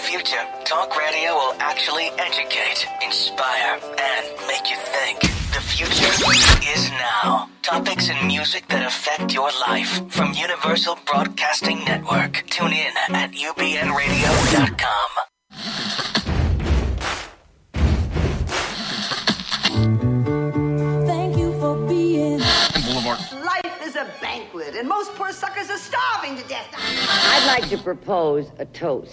future, talk radio will actually educate, inspire, and make you think. The future is now. Topics and music that affect your life from Universal Broadcasting Network. Tune in at ubnradio.com. Thank you for being. Life is a banquet, and most poor suckers are starving to death. I'd like to propose a toast.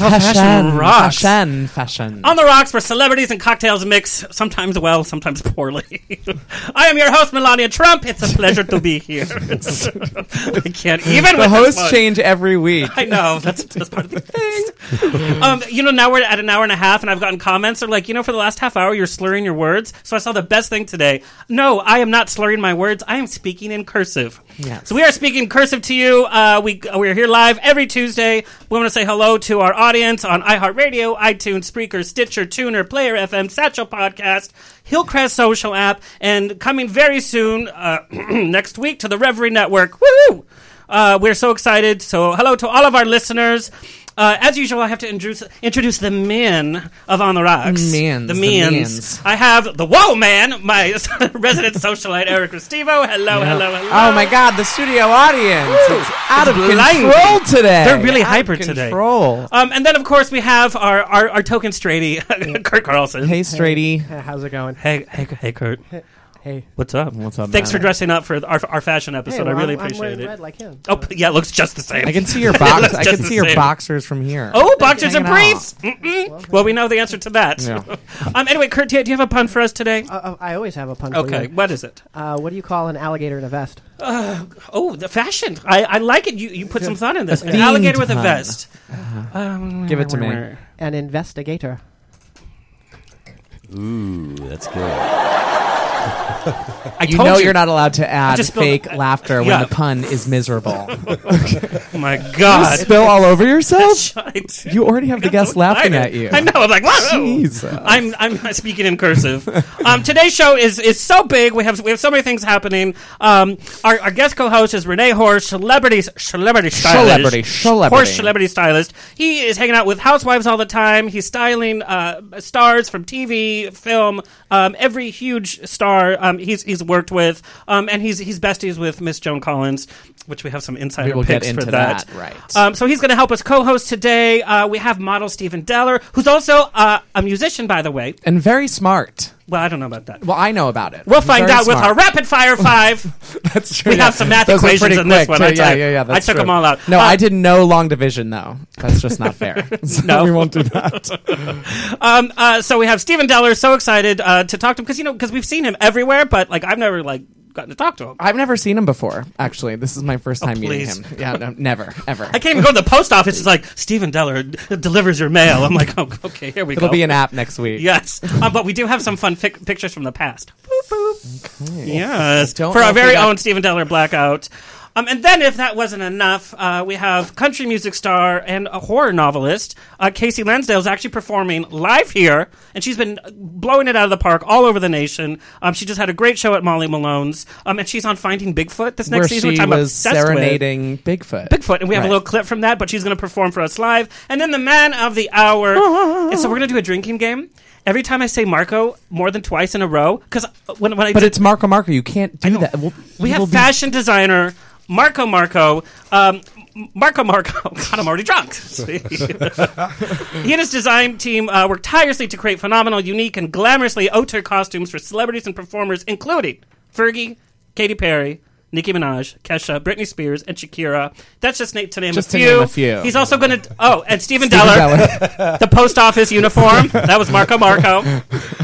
Fashion, rocks. fashion, fashion. On the Rocks, where celebrities and cocktails mix, sometimes well, sometimes poorly. I am your host, Melania Trump. It's a pleasure to be here. I can't the even with this hosts one. change every week. I know that's, that's part of the thing. um, you know, now we're at an hour and a half, and I've gotten comments. They're like, you know, for the last half hour, you're slurring your words. So I saw the best thing today. No, I am not slurring my words. I am speaking in cursive. Yes. So we are speaking cursive to you. Uh, we we are here live every Tuesday. We want to say hello to our audience on iHeartRadio, iTunes, Spreaker, Stitcher, Tuner, Player FM, Satchel Podcast. Hillcrest Social app, and coming very soon, uh, next week, to the Reverie Network. Woo! Uh, we're so excited. So, hello to all of our listeners. Uh, as usual, I have to introduce, introduce the men of On the Rocks. Mans, The the mans. mans. I have the Whoa Man, my resident socialite, Eric Restivo. Hello, hello, hello. Oh my God! The studio audience Woo! it's out It's of blinding. control today. They're really Out of hyper today. Control. Um, and then, of course, we have our, our, our token straighty, Kurt Carlson. Hey, Strady. Uh, How's it going? hey, hey, hey, Kurt. Hey. What's up? What's up? Thanks for man? dressing up for our, our fashion episode. Hey, well, I really I'm- I'm appreciate wearing it. Red like him. Oh, p- yeah, it looks just the same. I can see your box. That's I just can the see your same. boxers from here. Oh, boxers and Hanging briefs. Mm-mm. Well, we know the answer to that. Yeah. um, anyway, Kurt, do you do you have a pun for us today? Uh, uh, I always have a pun. for okay, you. what is it? Uh, what do you call an alligator in a vest? Oh, the fashion. I, I like it. You you put some thought in this. An alligator with a pun. Uh-huh. vest. Um, Give it to me. An investigator. Ooh, that's good. Uh, I You told know you're not allowed to add just spilled- fake laughter Yeah. when the pun is miserable. Oh my God. Spill all over yourself. Right. You already have the guests laughing I- at you. I know. I'm like, whoa. Jesus. I'm I'm speaking in cursive. um, today's show is is so big. We have we have so many things happening. Um, our, our guest co-host is Renee Horst, celebrity celebrity stylist, Celebrity, celebrity. Horst celebrity stylist. He is hanging out with housewives all the time. He's styling uh, stars from TV, film, um, every huge star um, he's he's worked with, um, and he's he's besties with Miss Joan Collins. Which we have some insider We will get picks for into that, that, right. Um, so he's going to help us co-host today. Uh, we have model Stephen Deller, who's also uh, a musician, by the way. And very smart. Well, I don't know about that. Well, I know about it. We'll find Very out with smart. our rapid fire five. That's true. We have some math Those were equations pretty in this quick, one, too. I yeah, tell you. yeah, yeah. I that's took true. 'em all out. No, Uh, I did no long division though. That's just not fair. So No. we won't do that. um, uh, so we have Stephen Deller. So excited uh, to talk to him because you know because we've seen him everywhere, but like I've never like gotten to talk to him. I've never seen him before. Actually, this is my first time meeting Oh, please. him. Yeah, no, never, ever. I can't even go to the post office. It's like Stephen Deller d- delivers your mail. I'm like, oh, okay, here we It'll go. be an app next week. yes, um, but we do have some fun fic- pictures from the past. Yes, Don't for know our if very we got- own Stephen Deller blackout. Um, and then, if that wasn't enough, uh, we have country music star and a horror novelist uh, Casey Lansdale is actually performing live here, and she's been blowing it out of the park all over the nation. Um, she just had a great show at Molly Malone's, um, and she's on Finding Bigfoot this next Where season, she which I'm was obsessed with. serenading Bigfoot. Bigfoot, and we have Right. a little clip from that, but she's going to perform for us live. And then the man of the hour. and so we're going to do a drinking game. Every time I say Marco more than twice in a row, because when, when I But do- it's Marco Marco. You can't do that. We'll, we will have be- fashion designer Marco Marco. Um, M- Marco Marco, God, I'm already drunk. See? he and his design team uh, work tirelessly to create phenomenal, unique, and glamorously auteur costumes for celebrities and performers, including Fergie, Katy Perry, Nicki Minaj, Kesha, Britney Spears, and Shakira. That's just na- to name, Just a, to few. name a few. He's also going to oh, and Stephen Stephen Deller Deller. the post office uniform. That was Marco Marco.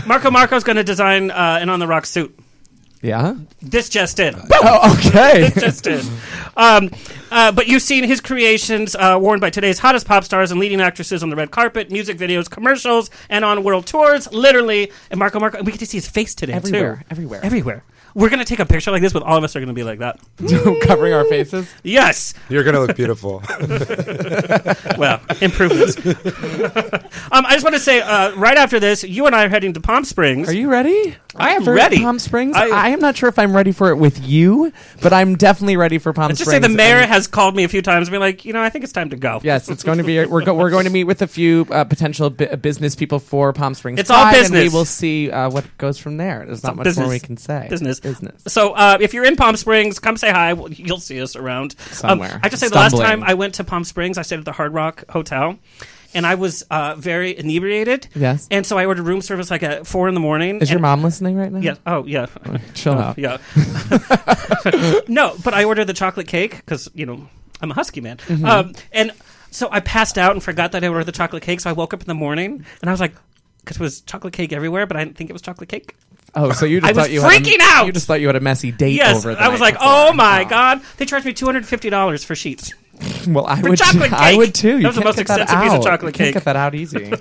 Marco Marco's going to design uh, an on the rock suit. Yeah. This just in. Oh, okay. just in. Um, uh, but you've seen his creations uh, worn by today's hottest pop stars and leading actresses on the red carpet, music videos, commercials, and on world tours. Literally, and Marco Marco, we get to see his face today Everywhere, too. everywhere. everywhere. We're gonna take a picture like this, but all of us are gonna be like that. Covering our faces. Yes. You're gonna look beautiful. Well, improvements. um, I just want to say, uh, right after this, you and I are heading to Palm Springs. Are you ready? I am for ready. Palm Springs. I- I, am not sure if I'm ready for it with you, but I'm definitely ready for Palm Let's just Springs. say the mayor and- has called me a few times, and been like, you know, I think it's time to go. Yes, it's going to be. We're, go, we're going to meet with a few uh, potential bu- business people for Palm Springs. It's all Pride, And business. we will see uh, what goes from there. There's not much more we can say. Business. Business. So uh, if you're in Palm Springs, come say hi. Well, You'll see us around. Um, Somewhere. I just say the last Stumbling. time I went to Palm Springs, I stayed at the Hard Rock Hotel. And I was uh, very inebriated. Yes. And so I ordered room service like at four in the morning. Is your and- mom listening right now? Yeah. Oh, yeah. Chill out. yeah. no, but I ordered the chocolate cake because you know I'm a husky man, Mm-hmm. um, and so I passed out and forgot that I ordered the chocolate cake. So I woke up in the morning and I was like. Because it was chocolate cake everywhere, but I didn't think it was chocolate cake. Oh, so you just I was thought you had a- freaking out! You just thought you had a messy date Yes, over. The I was night like, "Oh before. my god!" They charged me two hundred fifty dollars for sheets. Well, I for would. chocolate I cake. would too. You That was the can't most get that expensive piece of out. chocolate You can't get cake. that out easy.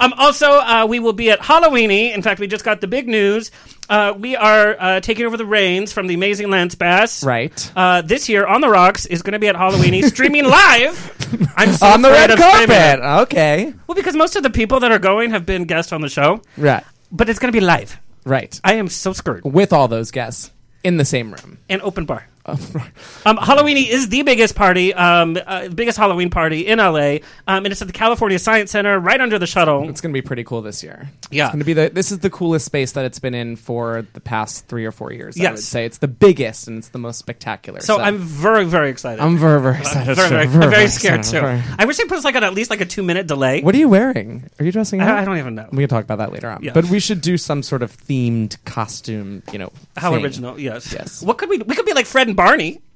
Um, also, uh, we will be at Halloweeny. In fact, we just got the big news. Uh, we are uh, taking over the reins from the amazing Lance Bass. right. Uh, this year on the rocks is going to be at Halloweeny streaming live. I'm so On the afraid red of saying carpet. it. Okay. Well, because most of the people that are going have been guests on the show, Right. but it's going to be live. Right. I am so scared. With all those guests in the same room. And open bar. um, Halloweeny is the biggest party, um, uh, biggest Halloween party in LA, um, and it's at the California Science Center, right under the shuttle. It's going to be pretty cool this year. Yeah. It's going to be the this is the coolest space that it's been in for the past 3 or 4 years, I would Yes. say. It's the biggest and it's the most spectacular. So I'm very, very excited. I'm very very excited. very, very, Very, I'm very very scared too. excited. Very- I wish they put us like on at least like a two minute delay. What are you wearing? Are you dressing up? I, I don't even know. We can talk about that later on. Yeah. But we should do some sort of themed costume, you know. How thing. original? Yes. Yes. What could we? We could be like Fred and Barney.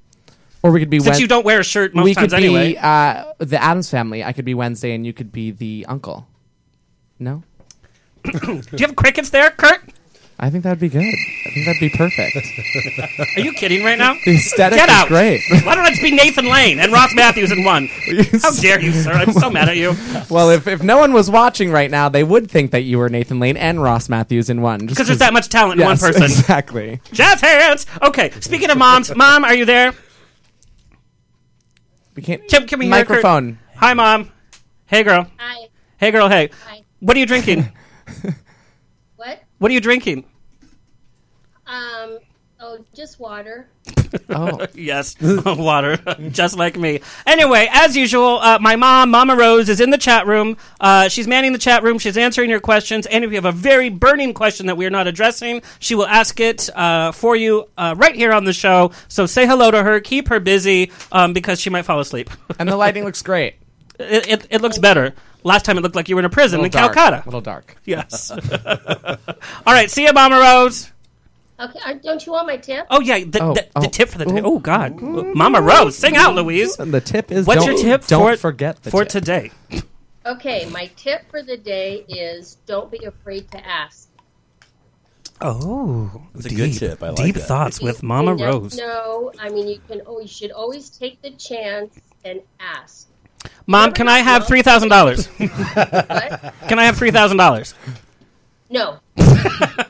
Or we could be Since Wen- you don't wear a shirt most we times could anyway. be uh, the Adams family. I could be Wednesday and you could be the uncle. No? Do you have crickets there, Kurt? I think that'd be good. I think that'd be perfect. Are you kidding right now? The aesthetic Get is out! great. Why don't I just be Nathan Lane and Ross Matthews in one? How dare you, sir? I'm so mad at you. Well, if, if no one was watching right now, they would think that you were Nathan Lane and Ross Matthews in one. Because there's that much talent in one person. Exactly. Jazz hands. Okay. Speaking of moms, mom, are you there? We can't. Chip, can we hear microphone? Kurt? Hi, mom. Hey, girl. Hi. Hey, girl. Hey. Hi. What are you drinking? What? what are you drinking? Um. Oh, just water. Oh, Yes, water, just like me. Anyway, as usual, uh, my mom, Mama Rose, is in the chat room. Uh, she's manning the chat room. She's answering your questions. And if you have a very burning question that we are not addressing, she will ask it uh, for you uh, right here on the show. So say hello to her. Keep her busy um, because she might fall asleep. and the lighting looks great. it, it, it looks better. Last time it looked like you were in a prison in dark. Calcutta. little dark. Yes. All right. See you, Mama Rose. Okay. uh, Don't you want my tip? Oh yeah, the, Oh, the, oh. the tip for the day. Oh God, Mama Rose, sing out, Louise. And the tip is. What's don't- your tip Don't for, forget the for tip. today? Okay. My tip for the day is don't be afraid to ask. Oh, that's a good tip. I like deep that. thoughts with You Mama never Rose. know. I mean, you can. Oh, you should always take the chance and ask. Mom, can I have three thousand dollars? What? Can I have three thousand dollars? no.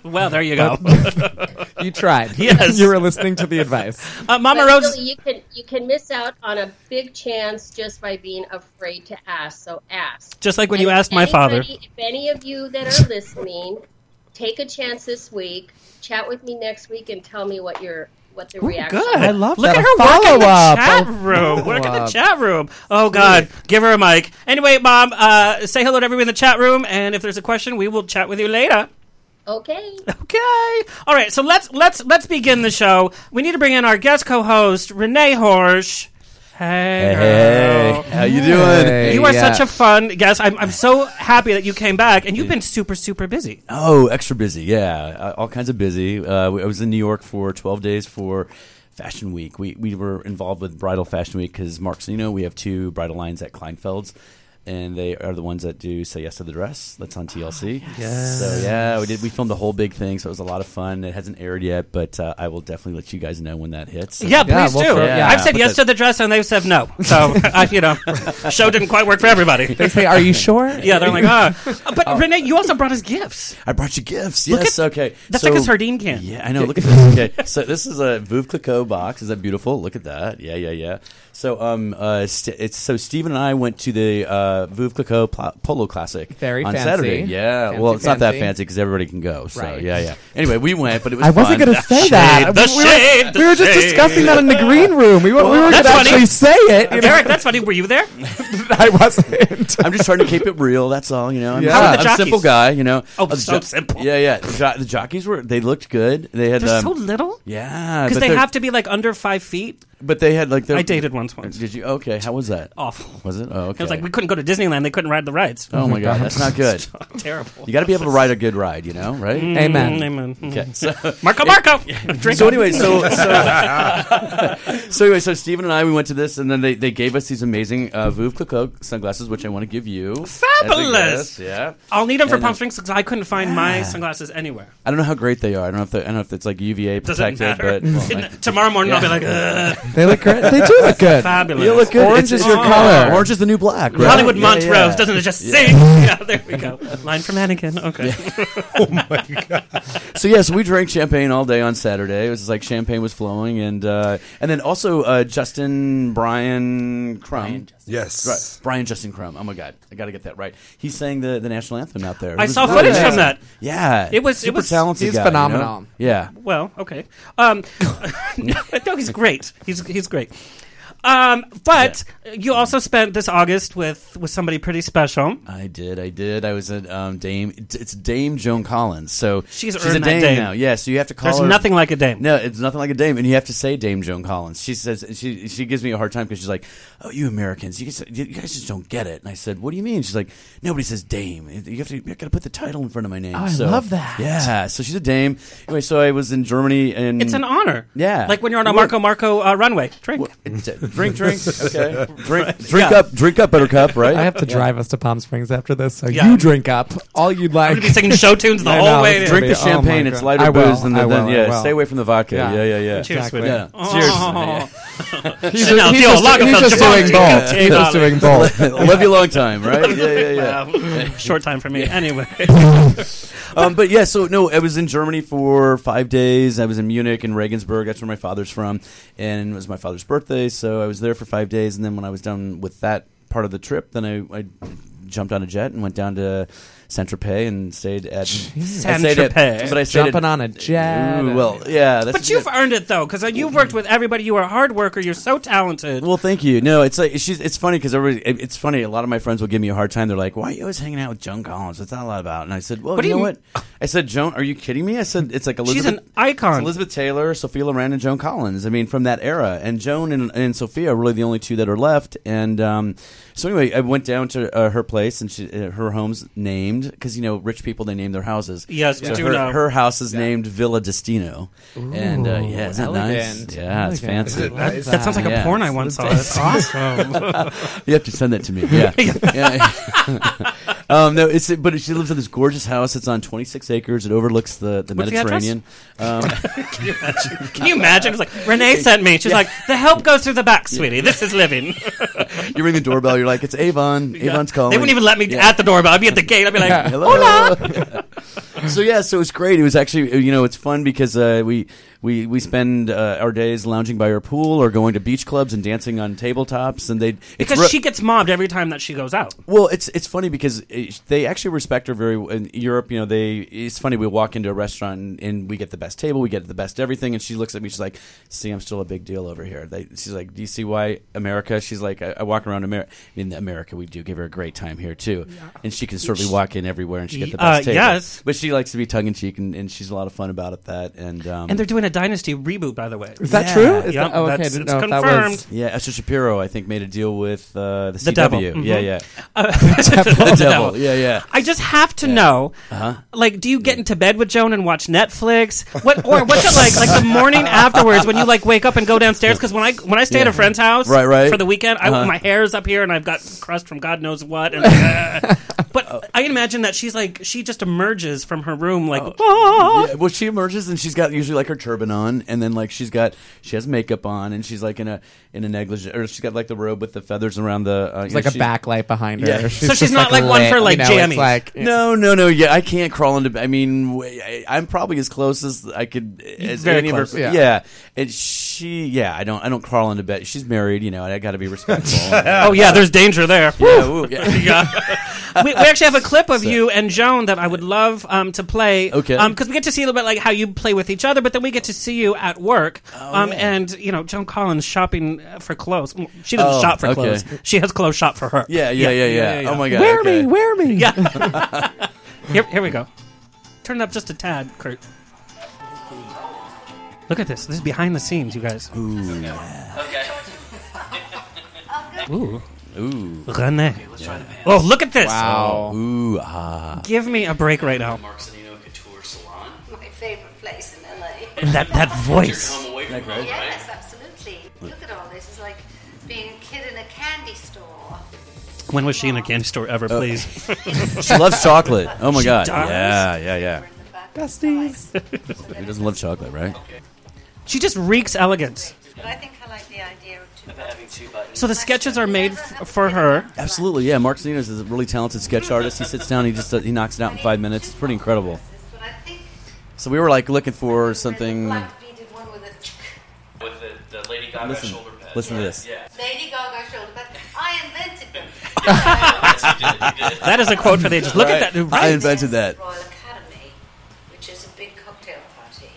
Well, there you go. You tried. Yes. you were listening to the advice. Uh, Mama But Rose. really, you can you can miss out on a big chance just by being afraid to ask. So ask. Just like when you And if asked my father. anybody- If any of you that are listening, take a chance this week. Chat with me next week and tell me what your what the reaction. Good. I love Look that. at A her work in the follow-up. chat A room. Work in the follow-up. chat room. Oh God, give her a mic. Anyway, Mom, uh, say hello to everyone in the chat room, and if there's a question, we will chat with you later. Okay. Okay. All right. So let's let's let's begin the show. We need to bring in our guest co-host Renee Horsch. Hey. girl. how you doing? You are such a fun guest. I'm, I'm so happy that you came back, and you've been super, super busy. Oh, extra busy. Yeah, uh, all kinds of busy. Uh, we- I was in New York for 12 days for Fashion Week. We we were involved with Bridal Fashion Week because Mark Sino. We have two bridal lines at Kleinfeld's. and they are the ones that do "Say Yes to the Dress." That's on TLC. Oh, yes. So yeah, we did. We filmed the whole big thing, so it was a lot of fun. It hasn't aired yet, but uh, I will definitely let you guys know when that hits. Yeah, Yeah, please well, do. for- yeah. I've said But yes the- to the dress, and they've said no. So, I, you know, show didn't quite work for everybody. They say, "Are you sure?" Yeah, they're like, ah. But Renee, you also brought us gifts. I brought you gifts. Look Yes. at- okay. that's like a sardine can. Yeah, I know. Look at this. Okay. So this is a Veuve Clicquot box. Is that beautiful? Look at that. Yeah, yeah, yeah. So um, uh, st- it's so Steven and I went to the uh, Veuve Clicquot pl- Polo Classic Very on fancy. Saturday. Yeah. Fancy, well, it's not that fancy. fancy because everybody can go. So Right. yeah, yeah. Anyway, we went, but it was. I wasn't fun. going to say that. the we, we shade, were, the we were just shade. discussing that in the green room. We, were- we were going That's to funny. actually say it. You know? Eric, that's funny. Were you there? I wasn't. I'm just trying to keep it real. That's all, you know. I'm, Yeah. just- How were the I'm a simple jockeys? guy, you know. Oh, Uh, the so simple. Yeah, yeah. The, jo- the jockeys were. They looked good. They had. They're um, so little. yeah, Because Ah, but they they're- have to be like under five feet. But they had like. Their, I dated once once. Did you? Okay, how was that? Awful. Was it? Oh, okay. It was like we couldn't go to Disneyland. They couldn't ride the rides. Oh my god, that's not good. Terrible. Mm, You got to be able to ride a good ride, you know, right? Amen. Amen. Okay. So, Marco, Marco. Drink so up. anyway, so so, so anyway, so Steven and I we went to this, and then they, they gave us these amazing uh, Veuve Clicquot sunglasses, which I want to give you. as a Fabulous! gift, Yeah. I'll need them for And Ah. then- Palm Springs because I couldn't find my sunglasses anywhere. I don't know how great they are. I don't know if they, I don't know if it's like UVA Doesn't protected, matter. but well, I- Tomorrow morning I'll be like, Ugh, They look great. They do look good. fabulous. you look good. Orange It's- is your it's- color. Orange is the new black. right? Hollywood Yeah, Montrose, yeah. doesn't it just sing? Yeah, there we go. Line from Anakin. Okay. Oh, So yes, we drank champagne all day on Saturday. It was like champagne was flowing, and uh, and then also uh, Justin Brian Crumb. Yes. Right. Brian Justin Crumb. Oh my God, I got to get that right. He sang the, the national anthem out there. It I was saw really footage amazing. from that. Yeah, It was- it super was- talented. He's guy, phenomenal. You know? Yeah, Well, okay. Um, no, no, he's great. He's he's great. Um, but you also spent this August with with somebody pretty special. I did. I did. I was at um, Dame. It's it's Dame Joan Collins. So she's She's a earned that Dame, Dame. now. Yeah. So you have to call There's her. nothing like a dame. No, it's nothing like a dame, and you have to say Dame Joan Collins. She says she she gives me a hard time because she's like, "Oh, you Americans, you guys, you guys just don't get it." And I said, "What do you mean?" She's like, "Nobody says Dame. You have to, you got to put the title in front of my name." Oh, I So- love that. Yeah, so she's a dame. Anyway, so I was in Germany, and It's an honor. Mm. Yeah. Like when you're on a What- Marco Marco uh, runway. Drink. What- it's a- drink, drink, okay, drink, drink up, drink up, Buttercup, right? I have to drive us to Palm Springs after this, so Yeah. you drink up all you'd like. I'm gonna be singing show tunes the I whole know, way. it's there. drink- Drink Oh the my champagne. It's God. lighter I will, booze than the. I than- will, I yeah, will. stay away from the vodka. Yeah. Yeah, yeah, yeah. Cheers, Exactly. sweetie. Yeah. Oh, Cheers. He's, Chanel, he's Dior, just, Lagerfeld, he's just doing Givenchy, both. Gucci, He's just Dolly. doing both. Love you long time, right? Yeah, yeah, yeah. Wow. Short time for me. Anyway. um, but yeah, so no, I was in Germany for five days. I was in Munich and Regensburg. That's where my father's from, and it was my father's birthday, so I was there for five days. And then when I was done with that part of the trip, then I, I jumped on a jet and went down to Saint Tropez and stayed at I stayed at- Saint-Tropez. But I stayed Jumping at- on a jet. Ooh, well, yeah, that's But you've yeah. earned it though, because you've worked with everybody. You are a hard worker. You're so talented. Well, thank you. No, it's like she's. It's funny because everybody. it- It's funny. A lot of my friends will give me a hard time. They're like, "Why are you always hanging out with Joan Collins? What's that all about?" And I said, "Well, What do you know you what?" I said, "Joan, are you kidding me?" I said, "It's like Elizabeth. She's an icon. it's Elizabeth Taylor, Sophia Loren, and Joan Collins. I mean, from that era. And Joan and, and Sophia are really the only two that are left. And um, so anyway, I went down to uh, her place and she, uh, her home's named because you know rich people they name their houses. Yes, we So do her, know. her house is named Villa Destino. and uh, yeah, isn't that nice? elegant. Yeah, it's Elegant. fancy. that, sounds like a Yeah. porn I once saw. That's awesome. You have to send that to me. Yeah. Yeah. um, no, it's but she lives in this gorgeous house. It's on 26 acres. It overlooks the, the What's the address? Mediterranean. um, Can you imagine? It's like Renee sent me. She's like, the help goes through the back, sweetie. This is living. you ring the doorbell. You're like, it's Avon. Avon's calling. They wouldn't even let me Yeah. at the doorbell. I'd be at the gate. I'd be like, "Oh, Hello. so yeah, so it's great. It was actually you know it's fun because uh, we we we spend uh, our days lounging by our pool or going to beach clubs and dancing on tabletops and they it's because re- she gets mobbed every time that she goes out. Well, it's it's funny because it, they actually respect her very in Europe. You know, they it's funny we walk into a restaurant and, and we get the best table, we get the best everything, and she looks at me. She's like, "See, I'm still a big deal over here." They, she's like, "Do you see why America?" She's like, "I, I walk around America. In America, we do give her a great time here too, and she can certainly walk in everywhere and she get the Uh, best table." yes. but she likes to be tongue in cheek, and, and she's a lot of fun about it. That and um, And they're doing a Dynasty reboot, by the way. Is that Yeah. true? Is Yep, that, oh, okay. I that's- didn't it's know if confirmed. That Yeah, Esther Shapiro, I think, made a deal with uh, the CW. devil, Mm-hmm. Uh, Yeah, yeah. The Devil. Yeah, yeah. Uh-huh. I just have to know, like, do you get into bed with Joan and watch Netflix? What or what's it like, like the morning afterwards when you like wake up and go downstairs? Because when I when I stay at a friend's house, Right, right. for the weekend, I, Uh-huh. my hair is up here and I've got crust from God knows what. And, uh, but I can imagine that she's like she just emerges from her room Oh. like, "Ah." Yeah, well, she emerges and she's got usually like her turban on, and then like she's got she has makeup on, and she's like in a in a negligee, or she's got like the robe with the feathers around the. Uh, was like a backlight behind her. Yeah. So She's she's just, not, like, one lit, for, like, you know, it's jammies. like- No, no, no. Yeah, I can't crawl into. I mean, w- I, am probably as close as I could. As Very any close, Of her, yeah. and she. Yeah, I don't. I don't crawl into bed. She's married, you know. and I got to be respectful. yeah, oh yeah, there's danger there. ooh, yeah. Yeah. we, we actually have a clip of you and Joan that I would love um, to play. Okay. Because we get to see a little bit like how you play with each other, but then we get to see you at work. Oh, um, And, you know, Joan Collins shopping for clothes. Well, She doesn't Oh, shop for okay. clothes. She has clothes shop for her. Yeah, yeah, yeah, yeah, Oh my god. Wear okay. me, wear me. Yeah. here, here we go. Turn it up just a tad, Kurt. Look at this. This is behind the scenes, you guys. Okay. Ooh. Ooh, René. Oh, look at this. Wow. ooh, ah. Give me a break right now. Marcelino Couture Salon. My favorite place in LA. That that voice. away from Yes, absolutely. Look at all this. It's like being a kid in a candy store. When was she in a candy store ever, please? Uh, She loves chocolate. Oh my god. does? Yeah, yeah, yeah. In the back. Who doesn't love chocolate, right? she just reeks elegance. But I think I like the idea of two. Having two buttons. So the sketches are made f- for her. Absolutely, yeah. Mark Zeno's is a really talented sketch artist. He sits down, he just does, he knocks it out in five minutes. It's pretty incredible. But I think So we were like looking for something. black beaded one with a With the, the Lady Gaga Listen, shoulder pad. listen to this. Lady Gaga shoulder pad. I invented them. That is a quote for the ages. Look at that. I Right. invented that. Royal Academy, which is a big cocktail party.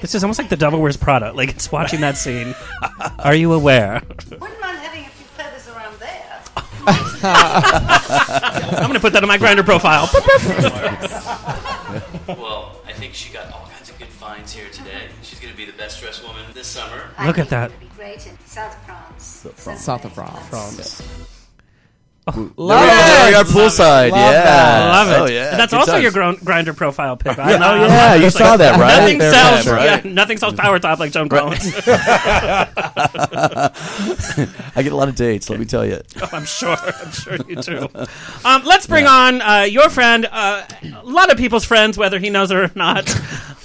This is almost like the Devil Wears Prada. Like it's watching that scene. Are you aware? Wouldn't mind having a few feathers around there. I'm gonna put that on my grinder profile. Well, I think she got all kinds of good finds here today. She's going to be the best dressed woman this summer. Look at that. It would be great in South France. South of Oh, France. Love there we are poolside. Oh, Love yeah, that. Love it. Oh, yeah. And that's Good also times. your gro- grinder profile pic. I know. Oh, yeah, you It's saw that, right? Nothing There, sells. right. Yeah, nothing sells power top like Joan Collins. I get a lot of dates. Let me tell you. Oh, I'm sure. I'm sure you do. Um, let's bring on uh, your friend, uh, a lot of people's friends, whether he knows it or not.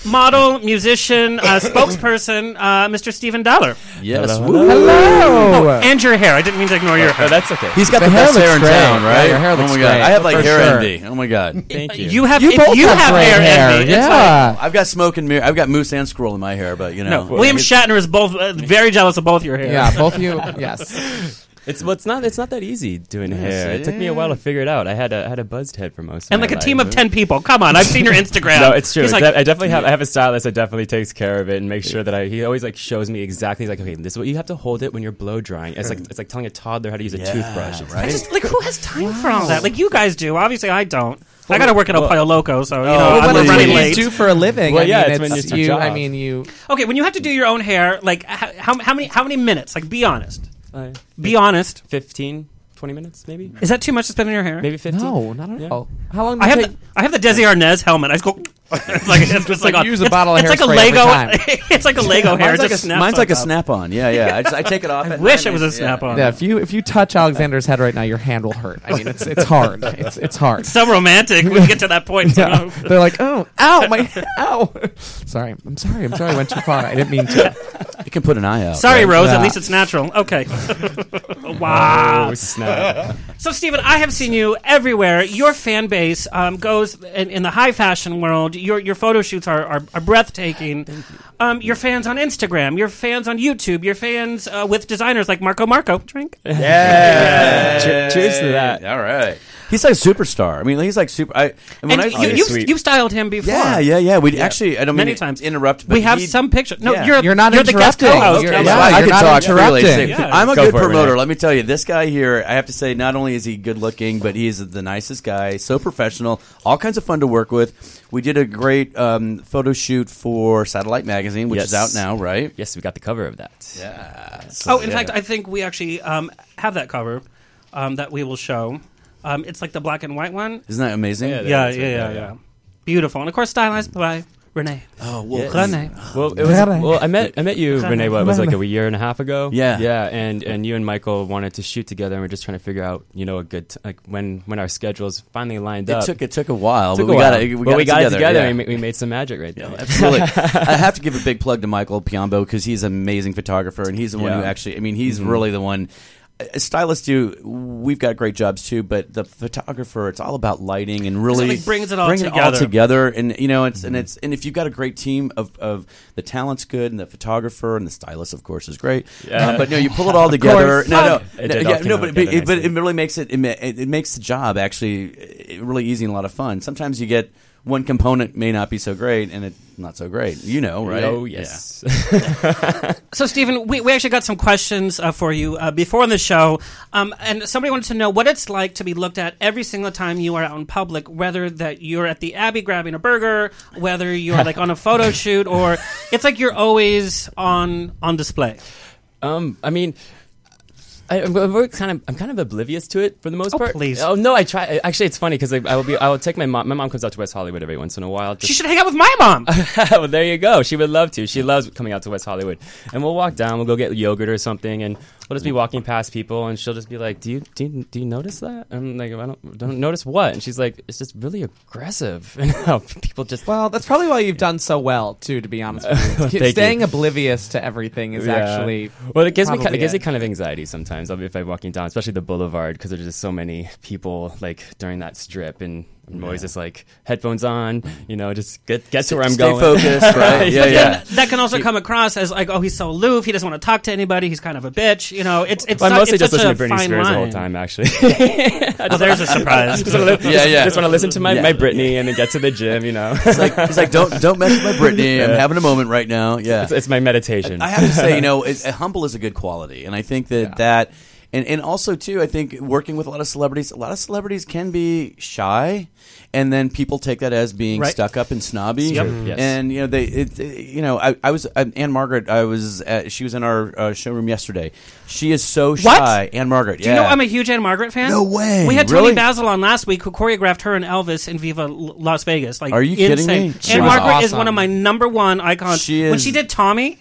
Model, musician, uh, spokesperson, uh, Mr. Stephen Dollar. Oh, Yes. woo. Hello. And your hair. I didn't mean to ignore your hair. Oh, that's okay. He's got the, The hair best looks hair in great. town, Yeah, right? your hair oh looks my god, great. I have like For hair sure. envy. Oh my god, Thank you. you have You if both you have, have, great hair, hair. envy. it's like- Yeah. I've got smoke and mirror. I've got moose and squirrel in my hair, but you know, no, William Shatner is both uh, very jealous of both your hair. yeah, both of you. Yes. It's well, it's not it's not that easy doing hair. it It took me a while to figure it out. I had a I had a buzzed head for most. And my like a life. team of ten people. Come on, I've seen your Instagram. No, it's true. He's like, De- I definitely have. I have a stylist that definitely takes care of it and makes sure that I. He always like shows me exactly. He's like, okay, this is what you have to hold it when you're blow drying. It's like it's like telling a toddler how to use a Yeah, toothbrush. It's- right? I just like who has time for all that? Like you guys do. Obviously, I don't. I got to work at El Pollo Loco, so you oh, know well, I'm what- running what late. you do for a living. Well, I yeah, mean, it's when it's your you. job. I mean, you. Okay, when you have to do your own hair, like h- how, how many how many minutes? Like, be honest. Uh, Be honest. 15, 20 minutes, maybe, Is that too much to spend on your hair? maybe fifteen. No, not at Yeah. all. How long? Do I you have take? the, I have the Desi Arnaz helmet. I just go. It's like it's just like, like a- use a it's- bottle of it's like a hairspray every Lego. time. Oh, it's like a Lego hair. mine's It like a, just snaps mine's like a on top. snap-on. Yeah, yeah. I, just, I take it off. I Wish it was a snap on. Yeah, if you if you touch Alexander's head right now, your hand will hurt. I mean, it's it's hard. It's it's hard. So romantic. when you get to that point. Yeah. So- They're like, oh, ow, my, ow. Sorry, I'm sorry, I'm sorry. I went too far. I didn't mean to. You can put an eye out. Sorry, right? Rose. At Yeah. least it's natural. Okay. wow. Oh snap! So, Stephen, I have seen you everywhere. Your fan base um, goes in, in the high fashion world. Your your photo shoots are, are, are breathtaking. Um, your fans on Instagram, your fans on YouTube, your fans uh, with designers like Marco Marco. Drink. yeah. that. Cheers to that. All right. He's like superstar. I mean, he's like super. I, and when And I, you, you've, you've styled him before. yeah, yeah, yeah. We actually. I don't Many mean to times. interrupt. But we have he- some pictures. No, Yeah. you're you're the guest co-host. Okay, I'm so sorry. I can talk freely. interrupting. See, I'm a Go good for it, promoter. Renee. Let me tell you, this guy here, I have to say, not only is he good looking, but he's the nicest guy. So professional, all kinds of fun to work with. We did a great um, photo shoot for Satellite Magazine, which is out Yes. now, right? Yes, we got the cover of that. Yeah. So, Oh, in yeah. fact, I think we actually um, have that cover um, that we will show. Um, it's like the black and white one. isn't that amazing? Yeah, Yeah, that's yeah, right, yeah, yeah, yeah. Beautiful, and of course stylized by Renee. Oh, well, Renee. Well, it was, Renee. well, I met I met you, Renee. Renee. What was it, like a year and a half ago? Yeah. yeah. And and you and Michael wanted to shoot together, and we're just trying to figure out, you know, a good t- like when when our schedules finally lined It up. took it took a while, Took but a we while. got it. We But got, we it, got together, yeah. and we, we made some magic right there. Absolutely. I have to give a big plug to Michael Piombo because he's an amazing photographer, and he's the one who Yeah. Mm-hmm. actually. I mean, he's really the one. uh, Stylists do. We've got great jobs too, but the photographer, it's all about lighting and really like, brings it all bring together. together. And you know, it's Mm-hmm. and it's and if you've got a great team of, of the talent's good, and the photographer and the stylist, of course, is great. Yeah. Uh, but no, you pull it all together. No, no, It no, did all yeah, come no, out but but together it, but nicely. it really makes it it, ma- it it makes the job actually uh, really easy and a lot of fun. Sometimes you get one component may not be so great and it's not so great. You know, right? Oh yes. So, Stephen, we, we actually got some questions uh, for you uh, before the show, um, and somebody wanted to know what it's like to be looked at every single time you are out in public, whether that you're at the Abbey grabbing a burger, whether you're like on a photo shoot, or it's like you're always on on display. Um, I mean, I, I'm we're kind of I'm kind of oblivious to it for the most Oh, part. please. Oh no, I try. Actually, it's funny because I, I will be. I will take my mom. My mom comes out to West Hollywood every once in a while. She Just, should hang out with my mom. well, there you go. She would love to. She loves coming out to West Hollywood, and we'll walk down. We'll go get yogurt or something, and we'll just be walking past people, and she'll just be like, "Do you do you, do you notice that?" And I'm like, "I don't don't notice what." And she's like, "It's just really aggressive." And how people just Well, that's probably why you've done so well, too. To be honest, with Thank you. you. staying oblivious to everything is Yeah. actually well it gives me probably kind, it gives it. me kind of anxiety sometimes I'll be- if i'm walking down especially the boulevard because there's just so many people like during that strip and i'm always just like headphones on you know just get get to where i'm Stay going focused, Uh, right? Yeah, yeah. And that can also come across as like, oh, he's so aloof. He doesn't want to talk to anybody. He's kind of a bitch. You know, it's it's Well, not- I'm mostly it's just such listening to a Britney fine Spears the whole line. time, actually. I Oh, there's a surprise. just want to Yeah, yeah. Just want to listen to my, Yeah. my Britney and then get to the gym. You know, It's like it's like don't don't mess with my Britney. I'm having a moment right now. Yeah. it's, it's my meditation. I have to say, you know, it, humble is a good quality, and I think that that, and and also too, I think working with a lot of celebrities, a lot of celebrities can be shy, and then people take that as being Right. stuck up and snobby. Yep. true, yes. And you know, they, it, it- you know, I, I was uh, Anne Margaret. I was at, she was in our uh, showroom yesterday. She is so shy, Anne Margaret. Do you know I'm a huge Anne Margaret fan? No way. We had Really? Tony Basil on last week, who choreographed her and Elvis in Viva L- Las Vegas. Like, Are you kidding insane. me? She Anne was Margaret is awesome. one of my number one icons. She When is- she did Tommy,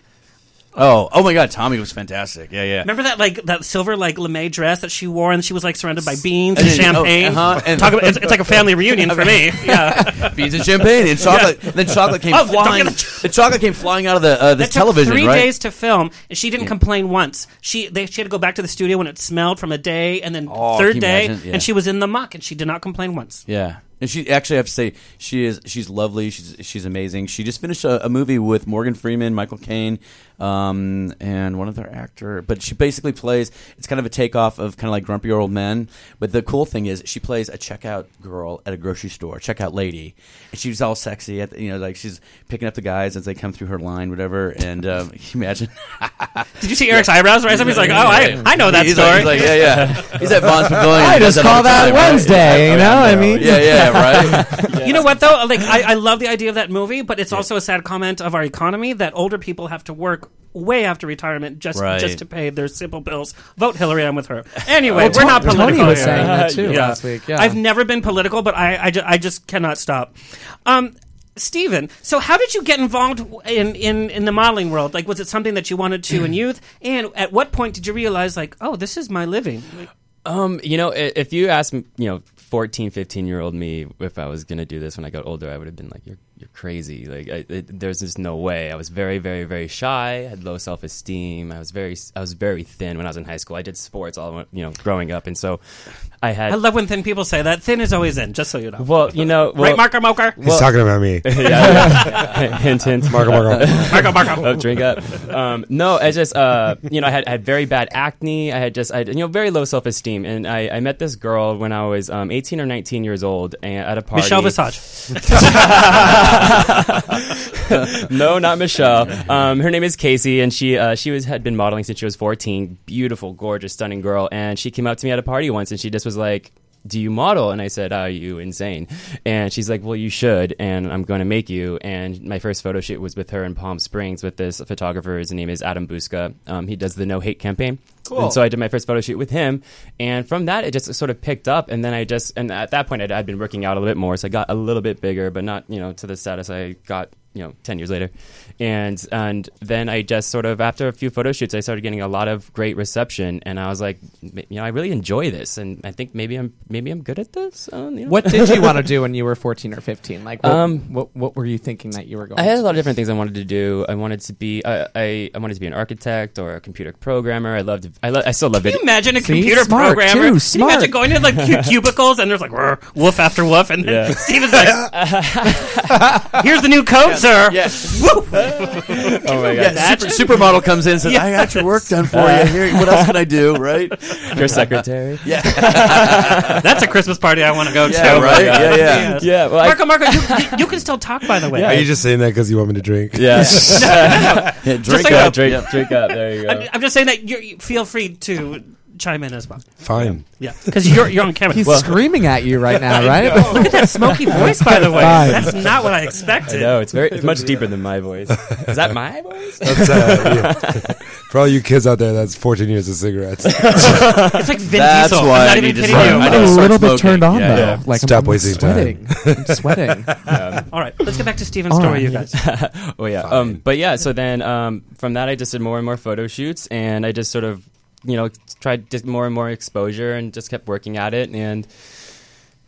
Oh, oh my God, Tommy was fantastic. Yeah, yeah. remember that like that silver like lame dress that she wore, and she was like surrounded by beans And and, then- oh, champagne. uh-huh, and- Talk about, it's, it's like a family reunion for me. Yeah, Beans and champagne and chocolate. Then chocolate came Oh, don't flying. get the- The chocolate came flying out of the uh, the that television. took three right? days to film, and she didn't complain once. She they, she had to go back to the studio when it smelled from a day, and then Oh, third can you day, imagine? Yeah. and she was in the muck, and she did not complain once. Yeah. And she actually, I have to say, she is she's lovely. She's she's amazing. She just finished a, a movie with Morgan Freeman, Michael Caine, um, and one other actor. But she basically plays. It's kind of a takeoff of kind of like Grumpy Old Men. But the cool thing is, she plays a checkout girl at a grocery store, checkout lady, and she's all sexy. At the, you know, like she's picking up the guys as they come through her line, whatever. And um, can you imagine. Did you see Eric's eyebrows rise up? He's like, oh, I I know that he's story. Like, he's like, yeah, yeah. He's at Vaughn's Pavilion. I He does just call all the that time, right? Wednesday. You know, I mean, Yeah, yeah, right. You know what though? Like I, I love the idea of that movie, but it's also a sad comment of our economy that older people have to work way after retirement just Right. just to pay their simple bills. Vote Hillary, I'm with her. Anyway, we're not Tony political. was here. saying that too last week, yeah. I've never been political, but I I, ju- I just cannot stop. Um, Steven, so how did you get involved in, in, in the modeling world? Like, was it something that you wanted to in youth? And at what point did you realize, like, oh, this is my living? Um, you know, i- if you asked, m- you know, 14, 15 year old me if I was going to do this when I got older, I would have been like, you're, you're crazy. Like, I, it, there's just no way. I was very, very, very shy. I had low self esteem. I was very, I was very thin when I was in high school. I did sports all you know growing up, and so I had. I love when thin people say that. Thin is always in, just so you know. Well, you know, well, right, Marker Moker? He's Well- talking about me. Yeah. hint, hint. Marco, Marco. Marco, Marco. Oh, drink up. Um, no, I just, uh, you know, I had, I had very bad acne. I had just, I, had, you know, very low self esteem. And I, I met this girl when I was um, 18 or 19 years old and at a party. Michelle Visage. no, not Michelle. Um, her name is Casey, and she uh, she was had been modeling since she was 14. Beautiful, gorgeous, stunning girl. And she came up to me at a party once, and she just was like, do you model? And I said, Are you insane? And she's like, Well, you should, and I'm going to make you. And my first photo shoot was with her in Palm Springs with this photographer. His name is Adam Busca. Um, he does the No Hate campaign. Cool. And so I did my first photo shoot with him. And from that, it just sort of picked up. And then I just, and at that point, I'd, I'd been working out a little bit more. So I got a little bit bigger, but not, you know, to the status I got you know 10 years later and and then i just sort of after a few photo shoots i started getting a lot of great reception and i was like m- you know i really enjoy this and i think maybe i'm maybe i'm good at this I don't- you know. What did you want to do when you were 14 or 15? Like, what, Um, what, what were you thinking that you were going I had a lot of different things I wanted to do. I wanted to be I, I, I wanted to be an architect or a computer programmer. I loved I, lo- I still love Can it. you imagine a computer programmer? Can you imagine going to like cu- cubicles and there's like "Rrr, woof after woof and Yeah. then Steven's like, "Here's the new code, sir." Woo! Oh my god! Yeah, super, supermodel comes in and says, "I got your work done for you. Here, what else can I do? Right? Your secretary. Yeah. That's a Christmas party I want to go Yeah, to. Oh right? Yeah, yeah. Yeah, well, I- Marco, Marco, you, you- you can still talk by the way. Are you just saying that because you want me to drink? Yeah. Yeah, drink Just like up. a- drink up, drink up. There you go. I'm, I'm just saying that you're, you feel free to chime in as well. Fine. Yeah, because you're you're on camera. He's Well- screaming at you right now, right? Look at that smoky voice, by the way. Fine. That's not what I expected. No, it's very it's much deeper than my voice. Is that my voice? That's, uh, yeah. For all you kids out there, that's 14 years of cigarettes. It's like Vin That's Diesel. I'm why not I even need to kidding start- you. I need to I'm a start little bit smoking. turned on Yeah, though. yeah. Like, I'm- Stop I'm, wasting sweating. I'm sweating. All right, let's get back to Steven's All story, right. you guys. oh yeah. Um, but yeah, so then um, from that, I just did more and more photo shoots, and I just sort of, you know, tried did more and more exposure, and just kept working at it, and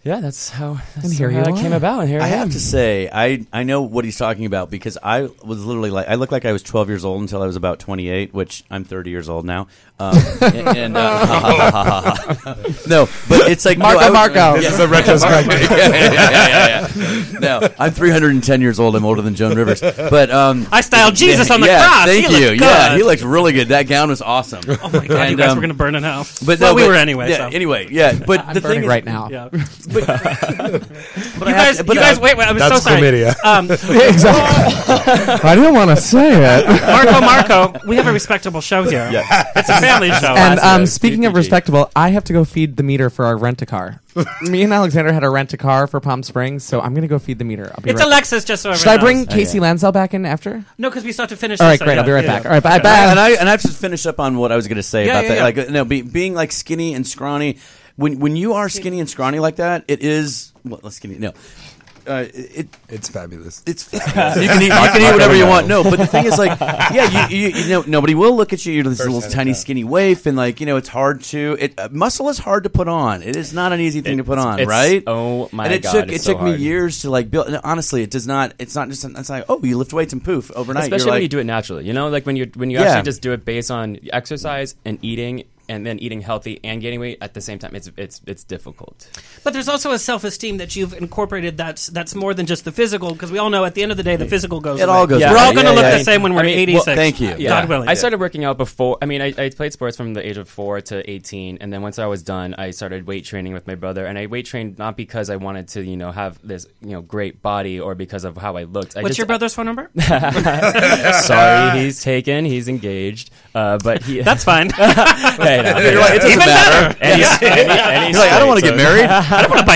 yeah, that's how that's And here how you it came are. about, and here I, I am. have to say, I I know what he's talking about because I was literally like I looked like I was 12 years old until I was about 28, which I'm 30 years old now. Um, and, and, uh, no, but it's like Marco, no, I was- Marco. This is a retrospective. yeah, yeah, yeah, yeah, yeah, yeah. No, I'm 310 years old. I'm older than Joan Rivers, but um, I styled Jesus on the yeah, cross. Thank He you. looked Yeah, good. he looked really good. That gown was awesome. Oh my God, you guys were gonna burn it out. Well, we were anyway, Yeah, so. Anyway, yeah. But I'm the thing burning is- right now. Yeah. But, But you guys, you uh, guys, wait, wait. I'm so sorry. Um, exactly. I didn't want to say it. Marco, Marco, we have a respectable show here. It's a family show. And um, speaking of respectable, I have to go feed the meter for our rent a car. Me and Alexander had a rent a car for Palm Springs, so I'm going to go feed the meter. I'll be It's right Alexis, just so Should I bring everyone knows. Casey Lansdell back in after? no, because we still have to finish. All right, this, so great. yeah, I'll be right yeah, back. yeah. All right, bye. Okay. bye. and I and I have to finish up on what I was going to say Yeah, about yeah, that. yeah. Like uh, no, be, being like skinny and scrawny. When when you are skinny and scrawny like that, it is well, let's skinny. No, uh, it it's fabulous. It's fabulous. you can eat, you can eat whatever you want. No, but the thing is, like, yeah, you, you, you know, nobody will look at you. You're this little tiny skinny waif, and like, you know, it's hard to. It uh, muscle is hard to put on. It is not an easy thing to put It's- on, it's- right? oh my and it God, Took, it's it so took hard. me years to like build. and honestly, it does not. It's not just. It's like, oh, you lift weights and poof overnight. especially you're when like, you do it naturally. You know, like when you when you Yeah. actually just do it based on exercise and eating, and then eating healthy and gaining weight at the same time. It's it's it's difficult. But there's also a self-esteem that you've incorporated. That's that's more than just the physical, because we all know at the end of the day, the physical goes. It away. all goes We're away. all going to Yeah, look yeah, the yeah. same when we're I mean, 86. well, thank you. God Yeah. willing. I started working out before. I mean, I, I played sports from the age of four to 18. And then once I was done, I started weight training with my brother. And I weight trained not because I wanted to, you know, have this, you know, great body or because of how I looked. I What's just- your brother's phone number? Sorry, he's taken. He's engaged. Uh, but he. That's fine. Hey, no, You're like, it doesn't Even matter. better. And he's- and he- and he's You're like, I don't wanna straight, get so- married. I don't want to buy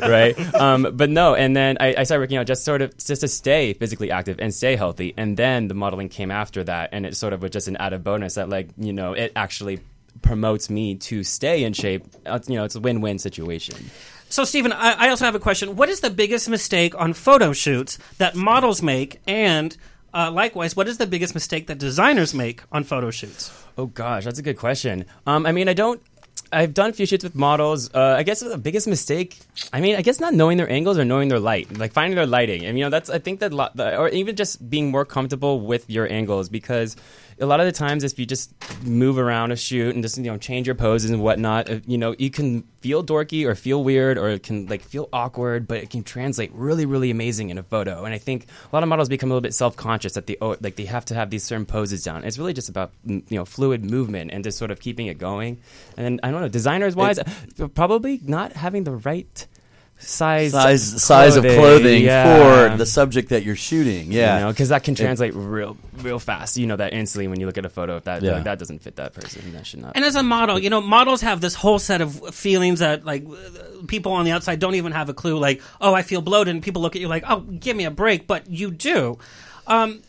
gifts. right? Um, but no, and then I, I started working out just sort of just to stay physically active and stay healthy, and then the modeling came after that, and it sort of was just an added bonus that like you know it actually promotes me to stay in shape. Uh, you know, it's a win-win situation. So, Stephen, I, I also have a question. What is the biggest mistake on photo shoots that models make, and uh, likewise, what is the biggest mistake that designers make on photo shoots? Oh gosh, that's a good question. Um, I mean, I don't. I've done a few shoots with models. Uh, I guess the biggest mistake, I mean, I guess not knowing their angles or knowing their light, like finding their lighting. And, you know, that's, I think that, lo- the, or even just being more comfortable with your angles because a lot of the times if you just move around a shoot and just, you know, change your poses and whatnot, uh, you know, you can feel dorky or feel weird or it can, like, feel awkward, but it can translate really, really amazing in a photo. And I think a lot of models become a little bit self conscious that they, oh, like, they have to have these certain poses down. It's really just about, mm, you know, fluid movement and just sort of keeping it going. And then, I don't know, designers wise, probably not having the right size size size of clothing yeah. for the subject that you're shooting. Yeah, You know, because that can It- translate real, real fast. You know that instantly when you look at a photo. If that Yeah. like, that doesn't fit that person, then that should not. And as a model, you know, models have this whole set of feelings that like people on the outside don't even have a clue. Like, oh, I feel bloated, and people look at you like, oh, give me a break. But you do. Um,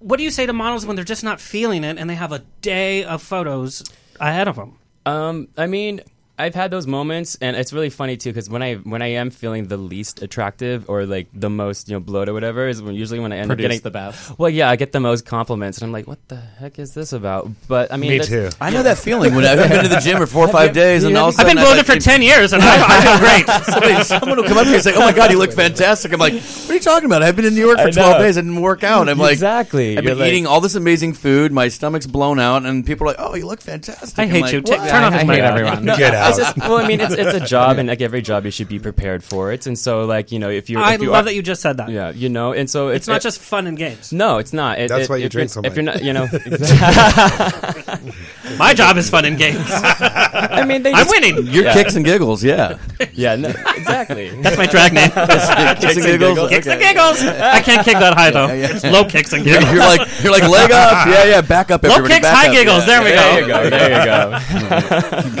what do you say to models when they're just not feeling it and they have a day of photos ahead of them? Um, I mean, I've had those moments, and it's really funny too because when I when I am feeling the least attractive or like the most you know bloated or whatever is when usually when I end Produce up getting the best. Well, yeah, I get the most compliments, and I'm like, what the heck is this about? But I mean, Me that's- too. I know that feeling when I've been to the gym for four or Have five you- days and you all of a have- sudden I've been bloated For ten years, and I, I feel great. Somebody- someone will come up here and say, "Oh my god, you look fantastic!" I'm like, "What are you talking about? I've been in New York I for 12 know. days. I didn't work out." I'm like, Exactly. I've You're been like- eating all this amazing food. My stomach's blown out, and people are like, "Oh, you look fantastic." I I'm hate like, you. Take- "What?" turn off his I mic. hate everyone. No, Get It's out. just- well, I mean, it's, it's a job, and like every job, you should be prepared for it. And so, like you know, if you, I if you love are- that you just said that. Yeah, you know, and so if- It's not if- just fun and games. No, it's not. It- That's it- why you if you're- drink so much. If you're not, you know, My job is fun and games. I mean, they I'm just- winning. Your Yeah. kicks and giggles, yeah. yeah, no, exactly. That's my drag name. kicks and giggles. Kicks and Okay. giggles. I can't kick that high though. Yeah, yeah. It's low kicks and giggles. You're like you're like leg up, yeah, yeah, back up. Low everybody, kicks, back high up, yeah. giggles, there we There you go. There you go.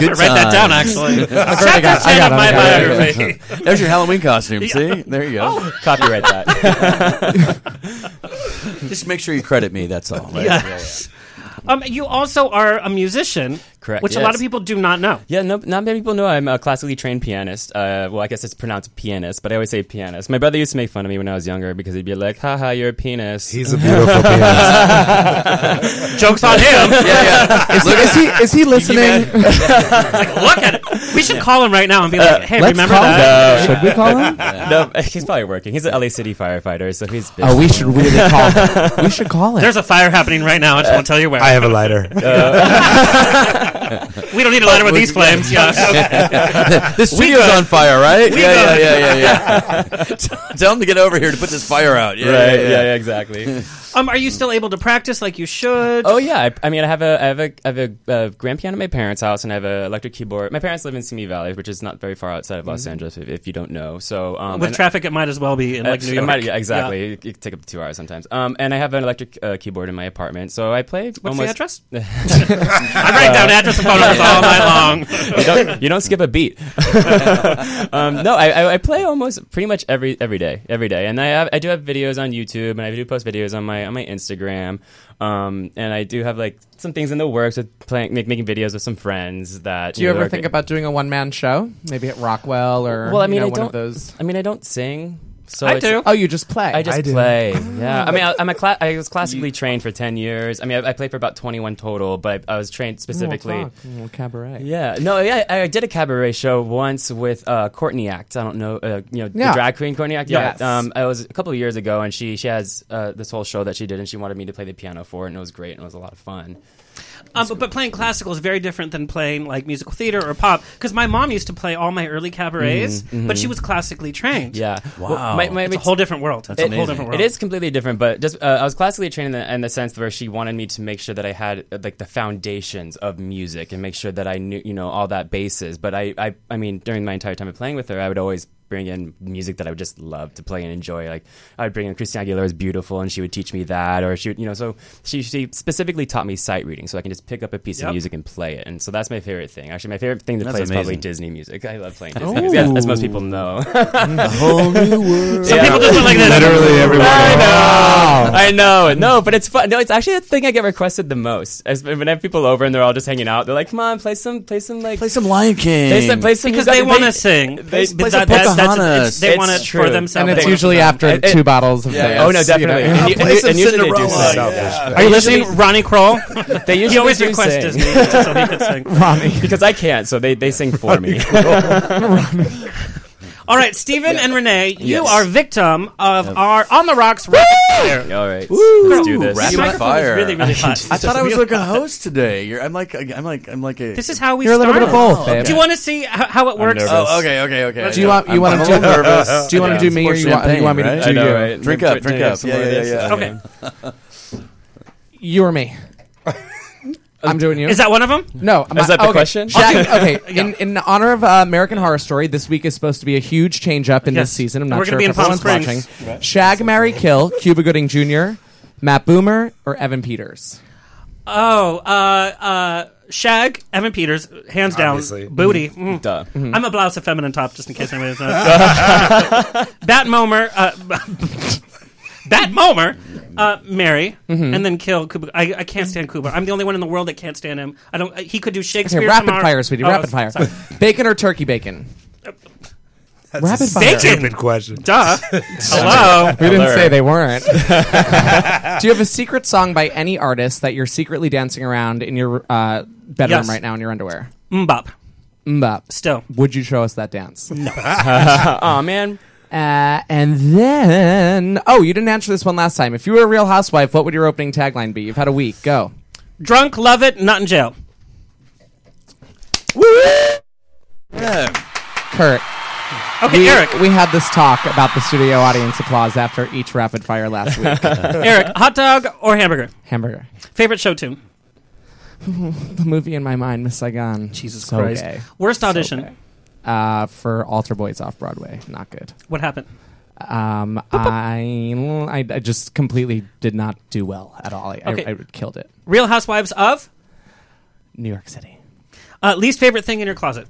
Good Write that down, times. actually. I've Chapter already got- I 10 got of it, my I got it. biography. Oh. There's your Halloween costume. See, there you go. Copyright that. Just make sure you credit me. That's all. Right? Yes. Um, you also are a musician, Correct, Which a lot yes. of people do not know. Yeah, no, not many people know I'm a classically trained pianist. Uh, well, I guess it's pronounced pianist, but I always say pianist. My brother used to make fun of me when I was younger because he'd be like, haha, you're a penis. He's a beautiful penis. Joke's on him. Is, is he is he listening? Look at it. We should call him right now and be Uh, like, "Hey, Let's remember call that?" him. Should we call him? no, he's probably working. He's an LA City firefighter, so he's busy. Oh, we should really call him. We should call him. There's a fire happening right now. I just won't tell you where. I have a lighter. Uh, we don't need a lighter with these flames. Yeah. this We studio's good. on fire, right? We yeah, good. yeah, yeah, yeah, yeah. T- Tell him to get over here to put this fire out. Yeah, Right, yeah, yeah, yeah, exactly. Um, are you still able to practice like you should? Oh yeah, I, I mean, I have a, I have a, I have a uh, grand piano at my parents' house, and I have an electric keyboard. My parents live in Simi Valley, which is not very far outside of Los Angeles, if, if you don't know. So um, Mm-hmm. With and- traffic, it might as well be in like Uh, New it York. might- yeah, exactly. It, it could take up to two hours sometimes. Um, and I have an electric uh, keyboard in my apartment, so I play. What's the almost, address? I write down address and phone numbers all night long. you, don't, you don't skip a beat. um, no, I, I, I play almost pretty much every every day, every day, and I have, I do have videos on YouTube, and I do post videos on my on my Instagram, um, and I do have like some things in the works with playing, make, making videos with some friends. That Do you know, ever are- think about doing a one man show? Maybe at Rockwell or Well, I you mean, know, I one don't- of those. I mean, I don't sing. So I it's- do. Oh, you just play. Oh, I just I do. play. Yeah, I mean, I, I'm a cla- I was classically trained for ten years. I mean, I, I played for about 21 total, but I, I was Oh, trained specifically. cabaret. yeah, no, yeah, I, I did a cabaret show once with uh, Courtney Act. I don't know, uh, you know, the Yeah. drag queen Courtney Act. Yes. Yeah, um, I was a couple of years ago, and she she has uh, this whole show that she did, and she wanted me to play the piano for it, and it was great, and it was a lot of fun. Um, but, but playing classical is very different than playing like musical theater or pop. Because my mom used to play all my early cabarets, but she was classically trained. Mm-hmm. Yeah, Well, Wow. my- my- It's a whole different world. That's a whole amazing. different world. It is completely different, but just uh, I was classically trained in the, in the sense where she wanted me to make sure that I had uh, like the foundations of music and make sure that I knew you know all that bases. But I, I I mean during my entire time of playing with her, I would always bring in music that I would just love to play and enjoy. Like I would bring in Christina Aguilera's "Beautiful" and she would teach me that, or she would you know so she she specifically taught me sight reading so I can just pick up a piece Yep. of music and play it. And so that's my favorite thing. Actually, my favorite thing to That's play is probably amazing. Disney music. I love playing Oh. Disney music, as, as most people know. Whole new world. Some people just went like this. Literally everyone. I know. I know. No, but it's fun. No, it's actually the thing I get requested the most. As, when I have people over and they're all just hanging out, they're like, "Come on, play some, play some like, Play some Lion King. play some, play some." because you got- they want to sing. They, but that- that's- That's- it's- they It's want it for true. themselves. and it's They- usually after And- two and- bottles of Yeah, this, yeah. Oh, no, definitely. You know? And- and- Play some and usually they do Cinderella. say- Selfish. Yeah. Are you listening, Ronnie Kroll? They usually he always do requests sing. his music so he could sing. Ronnie, because I can't, so they, they sing for me. All right, Stephen and Renee, you Yes. are victim of our on the rocks rapid fire. All right, Girl, let's do this. your microphone is Really, really hot. I thought I was like a host today. You're, I'm like I'm like I'm like a. This is how we You're a start. little bit of both, babe. Do you want to see how, how it works? nervous. Oh, okay, okay, okay. Let's Do you go. want- you I'm- wanna I'm a do- little nervous. do you wanna Yeah. do me or you Sports want- you want me to champagne, do right? you? I know, right? Drink up, drink up. Yeah, yeah, yeah, yeah. Okay. You or me? I'm doing you. Is that one of 'em? No. Is that the okay. question? Jack- Okay. okay. In, in honor of uh, American Horror Story, this week is supposed to be a huge change up in Yes. this season. I'm not We're gonna sure be in if Palm everyone's Springs. watching. Right. Shag, marry, kill. Cuba Gooding Jr., Matt Boomer, or Evan Peters. Oh, uh, uh, Shag, Evan Peters, hands down, Obviously. booty. Mhm. Mm. Duh. Mhm. I'm a blouse of feminine top, just in case anybody doesn't know. Bat Momer, uh, Bat Momer, uh, Mary, Mhm. and then kill Kuba. I, I can't stand Kuba. I'm the only one in the world that can't stand him. I don't. He could do Shakespeare. Okay, rapid tomorrow. fire, sweetie. Oh, rapid fire. sorry. Bacon or turkey bacon? That's rapid a fire. stupid question. Duh. Hello. We didn't Alert. say they weren't. Do you have a secret song by any artist that you're secretly dancing around in your uh, bedroom Yes. right now in your underwear? Mbop. Mbop. Still. Would you show us that dance? No. Aw, man. Uh, and then, oh, you didn't answer this one last time. If you were a Real Housewife, what would your opening tagline be? You've had a week. Go. Drunk, love it, not in jail. Kurt. Okay, we, Eric. We had this talk about the studio audience applause after each rapid fire last week. Eric, hot dog or hamburger? Hamburger. Favorite show tune? the movie in my mind, Miss Saigon. Jesus Christ. Worst audition? uh, for Alter Boys off Broadway. Not good. What happened? Um, I, I I just completely did not do well at all. I, I- Okay. I, killed it. Real Housewives of New York City. uh, least favorite thing in your closet.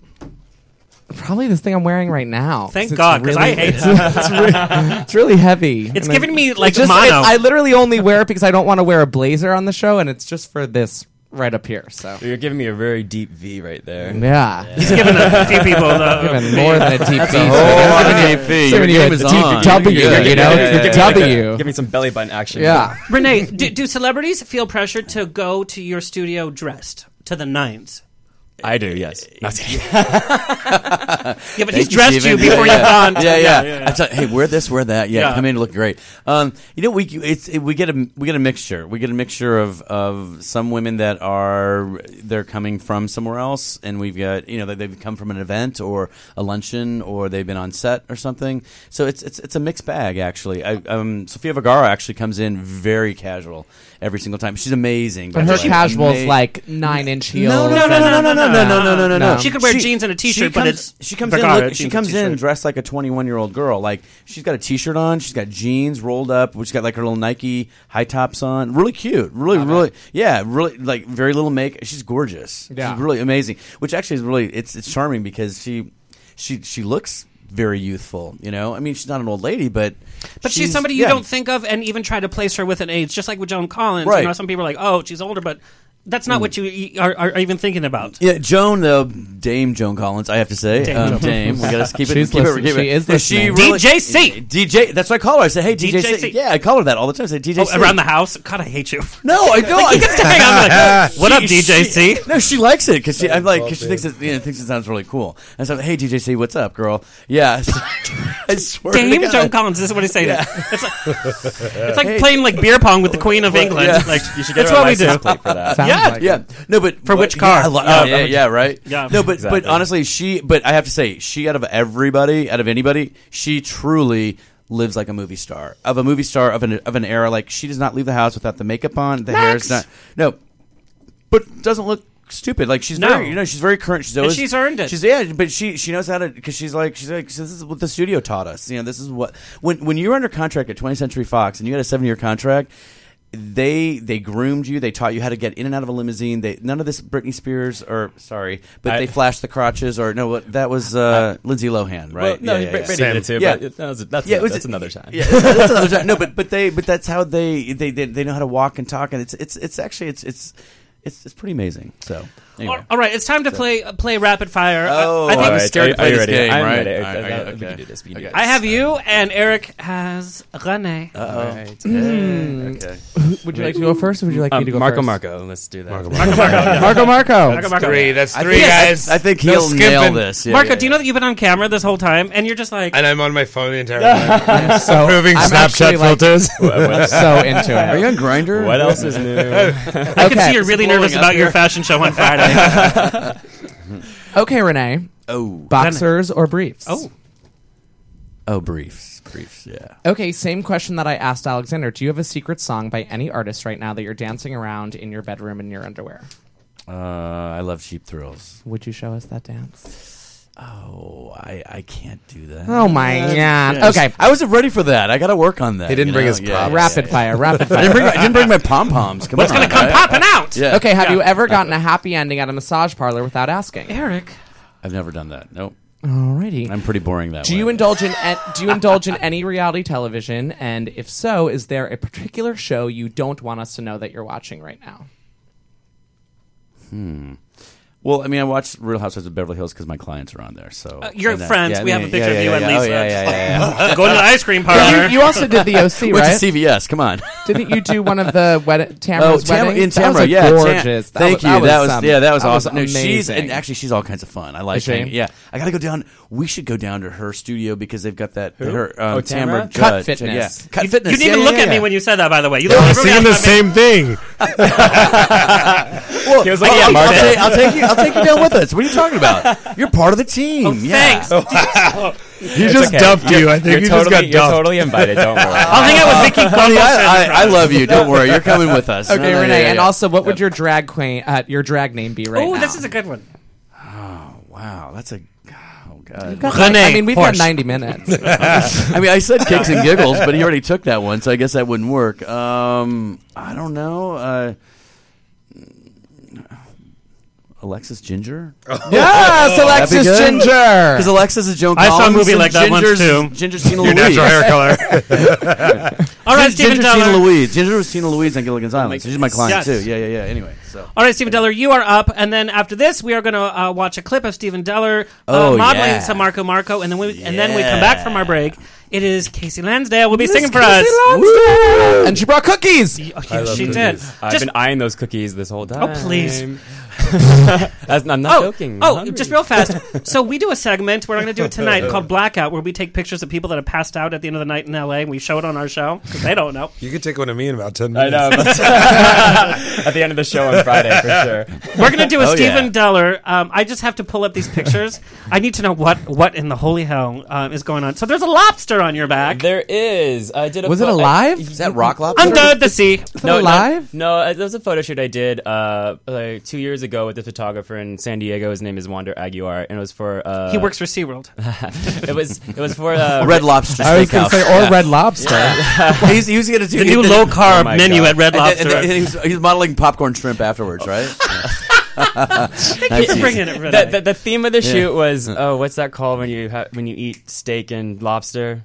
Probably this thing I'm wearing right now. Thank It's God, 'cause I hate it's, it. It's, re- it's really heavy. It's And I- giving me, like, it just, mono. it- I literally only wear it because I don't want to wear a blazer on the show, and it's just for this right up here. So You're giving me a very deep V right there. Yeah. He's giving a few people the- Giving more than a deep That's V. a whole lot of deep Giving you- V. giving Your you a game is deep on. W, You're good. you know? Yeah, yeah, The yeah. W. Give me some belly button action. Yeah. Renee, do, do celebrities feel pressure to go to your studio dressed to the nines? I do, yes. Not- Uh, Yeah, but Thank he's dressed you Steven. before yeah, you've gone to- Yeah, yeah. Yeah, yeah, yeah. I thought, hey, wear this, wear that. Yeah, Yeah. come in, look great. Um, you know, we it's it, we get a we get a mixture. We get a mixture of of some women that are they're coming from somewhere else, and we've got you know that they've come from an event or a luncheon or they've been on set or something. So it's it's it's a mixed bag actually. I, um, Sofia Vergara actually comes in very casual every single time. She's amazing. by And the her way. casuals Ama- like nine inch heels. No, no, no, no, no, no, no, no, no, no, no. She could wear jeans and a t-shirt, she but comes- it's she comes Vergara in. Look, she jeans and comes in t-shirt. dressed like a 21 year old girl. Like she's got a t-shirt on. She's got jeans rolled up. She's got like her little Nike high tops on. Really cute. Really, really, yeah. Really like very little make. She's gorgeous. Yeah. She's really amazing. Which actually is really it's it's charming because she she she looks very youthful. You know, I mean, she's not an old lady, but But she's, somebody you yeah. don't think of and even try to place her with an age, just like with Joan Collins. You Right. Hmm. know, some people are like, oh, she's older, but that's not what you e- are, are even thinking about. Yeah, Joan though, Dame Joan Collins, I have to say, Dame. Dame Joan. Um, Dame we gotta keep it. She's keep listening. it keep it- She is She listening. really, DJC. DJ. That's what I call her. I say, hey, DJC. DJC. Yeah, I call her that all the time. I say, DJC. Oh, around the house? God, I hate you. No, I don't. Like, he gets to hang out, I'm like, what up, She- DJC? she- no, she likes it because she. I'm like, 'cause she thinks it, you know, thinks it sounds really cool. And so, hey, DJC, what's up, girl? Yeah, I swear. to Dame God. Joan Collins, this is what he's saying. Yeah. It's like, it's like Hey. playing like beer pong with the Queen of England. Yeah. Like, You should get that's her a what we do. license plate for that. Sounds yeah, like yeah. No, but for but- which car? Yeah, I lo- Yeah. oh, yeah, yeah, right. Yeah. No, but Exactly. but honestly, she. But I have to say, she out of everybody, out of anybody, she truly lives like a movie star of a movie star of an of an era. Like she does not leave the house without the makeup on. The hair is not. Max! No, but doesn't look stupid. Like she's No. very, you know, she's very current. She's And always she's earned it. She's yeah, but she she knows how to because she's like she's like so this is what the studio taught us. You know, this is what when when you're under contract at 20th Century Fox and you had a seven year contract. They they groomed you. They taught you how to get in and out of a limousine. They none of this Britney Spears or sorry, but I- they flashed the crotches or no, what that was uh, Lindsay Lohan, Well, right? no, Brady did it too, but it- that was- that's Yeah, a- it was- that's another time. Yeah, that's another time. No, but but they but that's how they they, they they know how to walk and talk, and it's it's it's actually it's it's it's it's pretty amazing. So Anyway. All right, it's time to play play rapid fire. Uh, Oh, I think I'm scared to play this game, I'm right? ready. All right, I- I- okay. we can do this, we can do Okay. I have you, and Eric has Rene. Uh-oh. Mm. All right. Hmm. Okay. Would you like to go first, or would you like Um, me to go Marco first? Marco, let's do that. Marco Marco. Marco Marco. Marco Marco. three. That's I three think- guys. I think No he'll nail skipping. this. Yeah, Marco, yeah, do you know that you've been on camera this whole time, and you're just like, And I'm on my phone the entire time. So, approving I'm actually, Snapchat like, filters. so into it. Are you on Grinder? What else is new? I can Okay. see you're really blowing nervous up about your here. fashion show on Friday. Okay, Renee. Oh, Boxers or briefs? oh, oh, briefs, briefs. Yeah. Okay, same question that I asked Alexander. Do you have a secret song by any artist right now that you're dancing around in your bedroom in your underwear? Uh, I love sheep thrills. Would you show us that dance? Oh, I, I can't do that. Oh my Yeah, god. just- Okay. I wasn't ready for that. I got to work on that. He didn't you bring know? his Yeah, props. yeah, Rapid yeah. fire, rapid I fire. didn't bring my, I didn't bring my pom poms. Come what's on, gonna come I- popping out? Yeah. Okay, have Yeah. you ever gotten a happy ending at a massage parlor without asking? Eric, I've never done that. Nope. Alrighty. I'm pretty boring that Do way. you indulge in a- do you indulge in any reality television? And if so, is there a particular show you don't want us to know that you're watching right now? Hmm. Well, I mean, I watched Real Housewives of Beverly Hills because my clients are on there. So you're And, uh, friends. We have a picture of you and Lisa. Oh, yeah, yeah, yeah, yeah. Uh, go to the ice cream parlor. You, also did the OC, Went right? to CVS. Come on. Didn't you do one of the wed- Oh, Tamara's Tam- wedding? in That was Tamara, a yeah, Tam- gorgeous. That thank was- you. That was, some- yeah, that was awesome. no, amazing. she's and actually she's all kinds of fun. I like Is she? hanging- Yeah, I got to go down. We should go down to her studio because they've got that her um, Oh, Tamara? Tamara Cut Judge. Fitness. Yeah. Cut you, Fitness. you didn't yeah, even yeah, look yeah, at me yeah. when you said that, by the way. You looked We're at me singing the and I mean, same thing. Well, He was like, I'll- "Yeah, I'll, Marco." take- I'll take you. I'll take you down with us. What are you talking about? You're part of the team. yeah. Oh, Thanks. He just okay. dumped you. I You're think you just totally, got you're dumped. totally invited. Don't worry. I'll hang out with Vicky Honey, I, Gomez. I, I love you. Don't worry. You're coming with us. Okay, No, no, Renee. yeah, yeah, And yeah. also, what would your drag queen, uh, your drag name be right Oh, now? this is a good one. Wow, that's a. Oh God. Renee I mean, we've Horst. got 90 minutes. I mean, I said kicks and giggles, but he already took that one, so I guess that wouldn't work. Um, I don't know. Uh, Alexis Ginger? yes, Alexis good. Ginger. Because Alexis is Joan I saw a Collins movie and like that once, Ginger's, too. Ginger's Tina Your Louise. natural hair color. All right, Stephen Ginger's Tina Teller. Louise. Ginger was Tina Louise on Gilligan's Island. So she's my client, Yes. too. Yeah, yeah, yeah. Anyway, so. All right, Stephen Deller, you are up. And then after this, we are going to uh, watch a clip of Stephen Deller uh, Oh, modeling yeah. some Marco Marco. And then, we, and then we come back from our break. It is Casey Lansdale. will be singing for us. Oh. Woo! And she brought cookies. Yeah, Oh, she did. I've Just, been eyeing those cookies this whole time. Oh, please. That's- I'm not oh, joking. I'm oh hungry. just real fast. so we do a segment. We're going to do it tonight called Blackout, where we take pictures of people that have passed out at the end of the night in LA, and we show it on our show because they don't know. You could take one of me in about 10 I minutes. know. At the end of the show on Friday, for sure. We're going to do a Oh, yeah. Stephen Deller. Um, I just have to pull up these pictures. I need to know what what in the holy hell um, is going on. So there's a lobster on your back There is. I did. A Was it pho- alive? I- Is that Rock Lobster? under the sea. Is it alive? No, uh, there was a photo shoot I did uh, like two years ago with a photographer in San Diego. His name is Wander Aguiar, and it was for uh, He works for SeaWorld. It was it was for uh, Red Lobster I was going to say, Steakhouse. or Red Lobster. he's, he was going to do The new low carb Oh my menu God. at Red And, Lobster. and, and, and he's, he's modeling popcorn shrimp afterwards, right? Thank you for bringing it, Renee. the, the, the theme of the shoot was oh, what's that called when you ha- when you eat steak and lobster?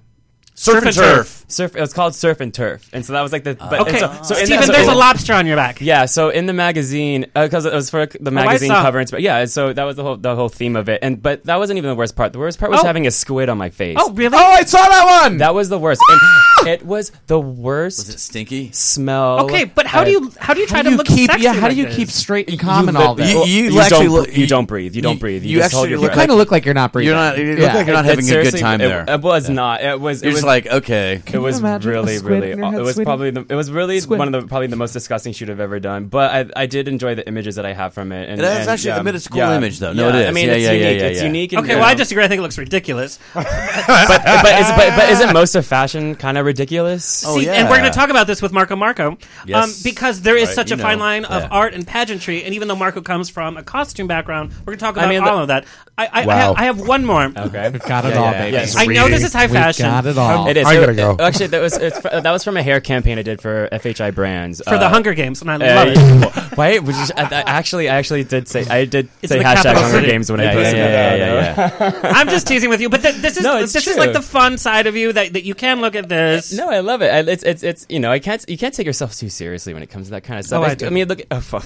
Surf and turf. Surf. It was called surf and turf, and so that was like the. But, okay, and so, so in Stephen, the- there's a lobster on your back. Yeah, so in the magazine because it was for the magazine saw. cover, and sp- yeah, so that was the whole the whole theme of it. And but that wasn't even the worst part. The worst part was Oh. having a squid on my face. Oh, really? oh, I saw that one. that was the worst. And it was the worst Is it stinky? smell. okay, but how do you how do you try How to do you look keep? sexy Yeah, how do like you this? keep straight and calm and look- all that? you- Well, you, actually don't, look- br- you, you- don't breathe. You don't breathe. You, you just hold actually your look breath. kind of look like you're not breathing. You're not. You look Yeah. like you're not It- it having a good seriously- time it, there. It was not. It was. You're it was, just like, okay. It was imagine a really, squid really. in your aw- head, It was sweetie? probably the. It was really Squid. one of the probably the most disgusting shoot I've ever done. But I, I did enjoy the images that I have from it. And, It is and, actually- I mean, it's a cool image, though. No, yeah. it is. I mean, Yeah, it's yeah, yeah, unique. yeah, it's yeah. unique. and, Okay, you well, I know, disagree. I think it looks ridiculous. But but, is, but but isn't most of fashion kind of ridiculous? Oh, See, and we're going yeah. to talk about this with Marco Marco, um, Yes. because there is Right, such you a fine know. line of Yeah. art and pageantry, and even though Marco comes from a costume background, we're going to talk I about mean, all the- of that. I, I, Wow. I, have, I have one more. Okay, We've got it all, baby. yes. I know this is high We've fashion. got it all. It is. I'm It- gonna go. Actually, that was it's, that was from a hair campaign I did for FHI Brands uh, For the Hunger Games, and I love it. it. Wait, which is, I, I actually, I actually did say I did It's say in the hashtag capital Hunger city. Games when I Yeah, yeah, posted yeah, that. yeah, I'm just teasing with you, but th- this is No, it's this is true. like the fun side of you that, that you can look at this. No, I love it. I, it's, it's, it's, you know, I can't, you can't take yourself too seriously when it comes to that kind of stuff. Oh, I I, do. mean, look, at- oh, fuck.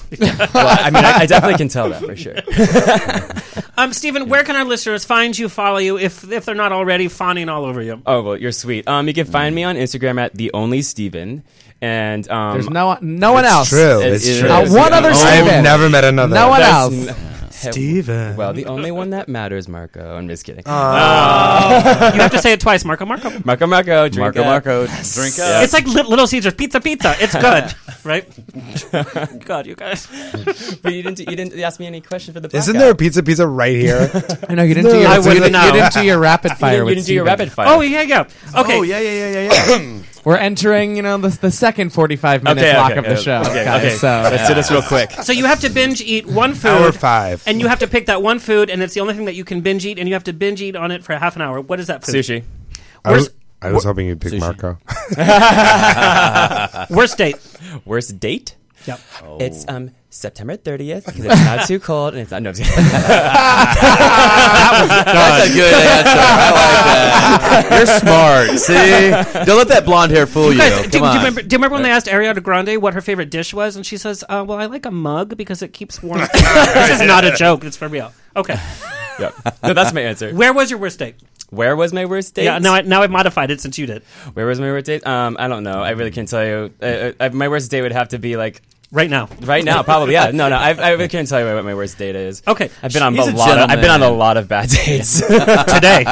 well, I mean, I, I definitely can tell that for sure. Um, Stephen, where can our listeners find you, follow you, if if they're not already fawning all over you? Oh well, you're sweet. Um, you can find me on Instagram at the only Steven. and um, There's no no one It's else. true, it's It true. Not It's one the other only- Steven. I've never met another. No one There's else. n- Steven. Well, the only one that matters, Marco. I'm just kidding. Uh, Oh. You have to say it twice, Marco. Marco. Marco, Marco, drink Marco, up. Marco, drink Yeah. It's like Lit- Little Caesars pizza, pizza. It's good, right? God, you guys. but you didn't, you didn't ask me any question for the. Isn't podcast. there a pizza pizza right here? I know you didn't. do your, you, didn't- you didn't do your rapid fire. didn't- you with didn't do your Steven. rapid fire. Oh yeah, yeah. Okay. Oh, yeah, yeah, yeah, yeah, yeah. We're entering, you know, the, the second forty-five minute Okay, block okay, of the okay, show. okay, guys, okay. So Let's do this real quick. So you have to binge eat one food. Hour five. And you have to pick that one food, and it's the only thing that you can binge eat, and you have to binge eat on it for half an hour. What is that food? Sushi. I was, Where's- I was hoping you'd pick Marco. Worst date. Worst date? Yep. It's um September 30th because it's not too cold and it's not. No, I'm just kidding. That's a good answer. I like that. You're smart. See, don't let that blonde hair fool you. Guys, do, do Come you on. remember, do you remember when they asked Ariana Grande what her favorite dish was, and she says, uh, "Well, I like a mug because it keeps warm." this is not a joke; it's for real. Okay, Yep. No, that's my answer. where was your worst date? Where was my worst date? Yeah, now I, now I've modified it since you did. Where was my worst date? Um, I don't know. I really can't tell you. Uh, uh, my worst date would have to be like Right now, right now, probably. Yeah. No, no. I, I really can't tell you what my worst date is. okay, I've been on He's a a lot. Of, I've been on a gentleman. lot of bad dates. today.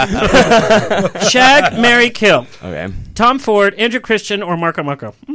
Shag, Mary, kill. okay. Tom Ford, Andrew Christian, or Marco Marco. We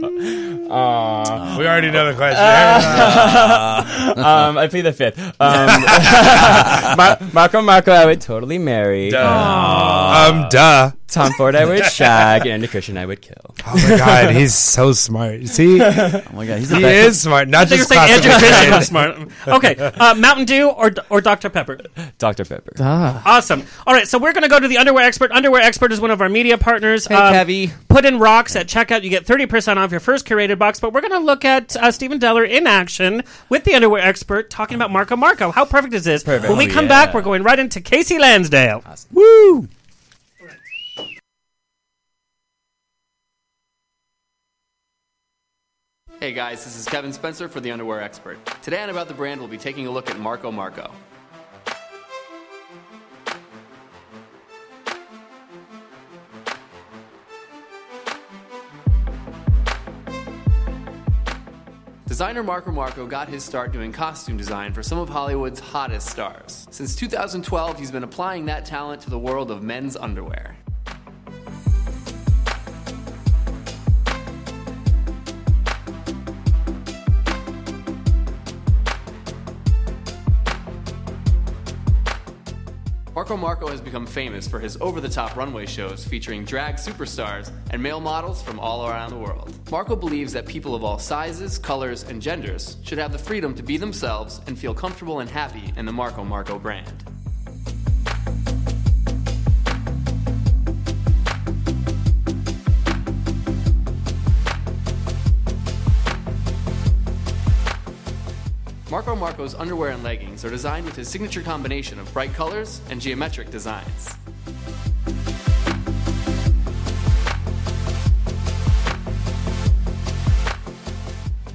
already know the question. Um, I plead the fifth. Um, Mar- Marco, Marco, I would totally marry. Uh, um, duh. Tom Ford, I would shag, and Christian, I would kill. Oh my god, he's so smart. See, he Oh my god, he's the best. is smart. Not So you're just saying Andrew Christian classified. was smart. Okay, uh, Mountain Dew or or Dr Pepper. Dr. Pepper. Awesome. All right, so we're going to go to the underwear expert. Underwear expert is one of our media partners. Um, Hey, Kevy. Put in rocks at checkout. You get thirty percent off your first curated box. But we're going to look at uh, Stephen Deller in action with the underwear expert talking about Marco Marco. How perfect is this? When we Oh, come yeah. back, we're going right into Casey Lansdale. Hey guys, this is Kevin Spencer for The Underwear Expert. Today on About the Brand, we'll be taking a look at Marco Marco. Designer Marco Marco got his start doing costume design for some of Hollywood's hottest stars. Since 2012, he's been applying that talent to the world of men's underwear. Marco Marco has become famous for his over the top runway shows featuring drag superstars and male models from all around the world. Marco believes that people of all sizes, colors, and genders should have the freedom to be themselves and feel comfortable and happy in the Marco Marco brand. Marco Marco's underwear and leggings are designed with his signature combination of bright colors and geometric designs.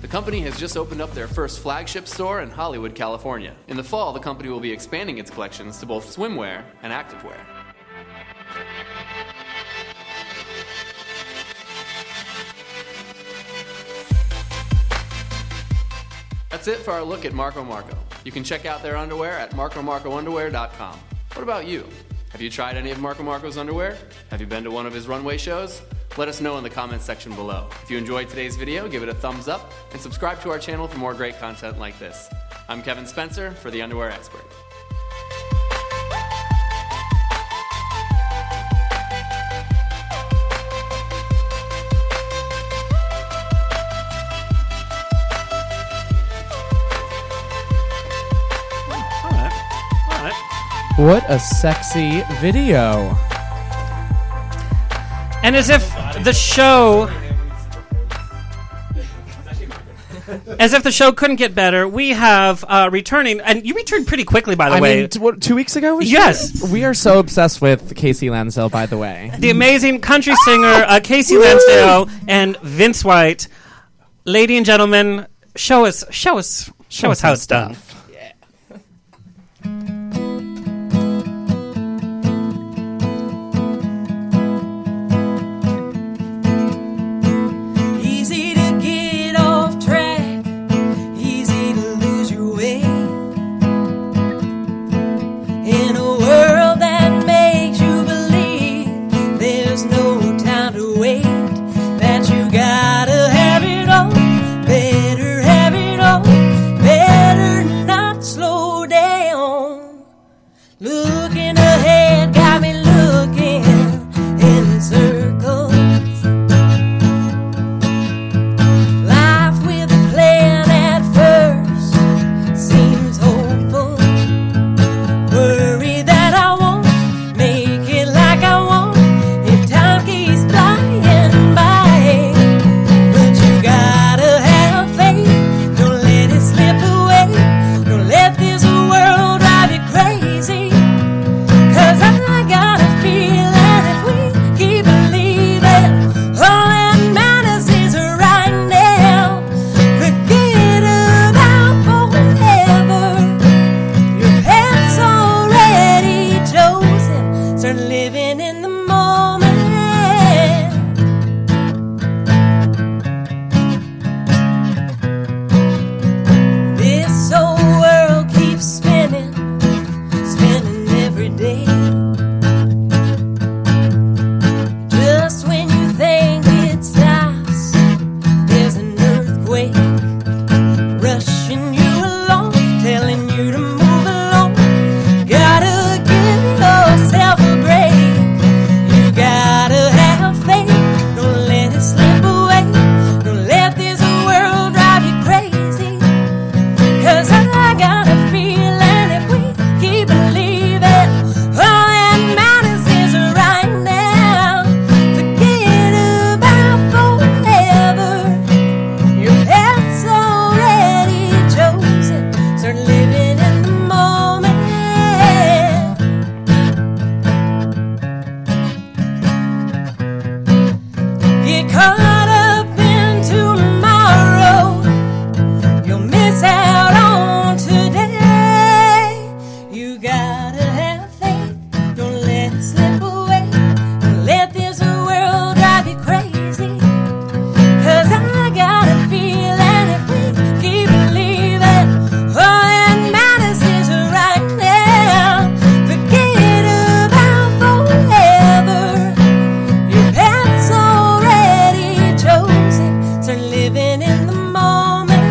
The company has just opened up their first flagship store in Hollywood, California. In the fall, the company will be expanding its collections to both swimwear and activewear. That's it for our look at Marco Marco. You can check out their underwear at marcomarcounderwear.com. What about you? Have you tried any of Marco Marco's underwear? Have you been to one of his runway shows? Let us know in the comments section below. If you enjoyed today's video, give it a thumbs up and subscribe to our channel for more great content like this. I'm Kevin Spencer for The Underwear Expert. All right. All right. What a sexy video. And as if the show. As if the show couldn't get better, we have uh, returning, and you returned pretty quickly, by the I way. mean, t- what, two weeks ago? was she- Yes. We are so obsessed with Casey Lansdale, by the way. the amazing country singer uh, Casey Lansdale and Vince White. Lady and gentlemen, show us, show us, show, Show us us how some it's done. Easy to get off track, easy to lose your way. In a world that makes you believe there's no time to wait, that you gotta have it all, better have it all, better not slow down. Looking ahead got me looking in circles. Life with a plan at first seems hopeful. Worry that I won't make it like I want if time keeps flying by. But you gotta have faith. Don't let it slip away. Don't let this world drive you crazy. 'Cause I got a feeling if we keep believing, all that matters is right now. Forget about forever. Your path's already chosen. Start living in the moment. This old world keeps spinning, spinning every day. Just when you think it stops, there's an earthquake rushing you along, telling you to move along. Gotta give yourself a break. You gotta have faith. Don't let it slip away. Don't let this world drive you crazy. Cause I got a feeling if we keep believing, all that matters is right now. Forget about forever. Your path's already chosen. Start living in the moment. Get caught up in tomorrow. You'll miss out on today. You gotta have faith. Don't let it slip away. Don't let this world drive you crazy. Cause I got a feeling if we keep believing, all that matters is right now. Forget about forever. Your path's already chosen. Start living in the moment.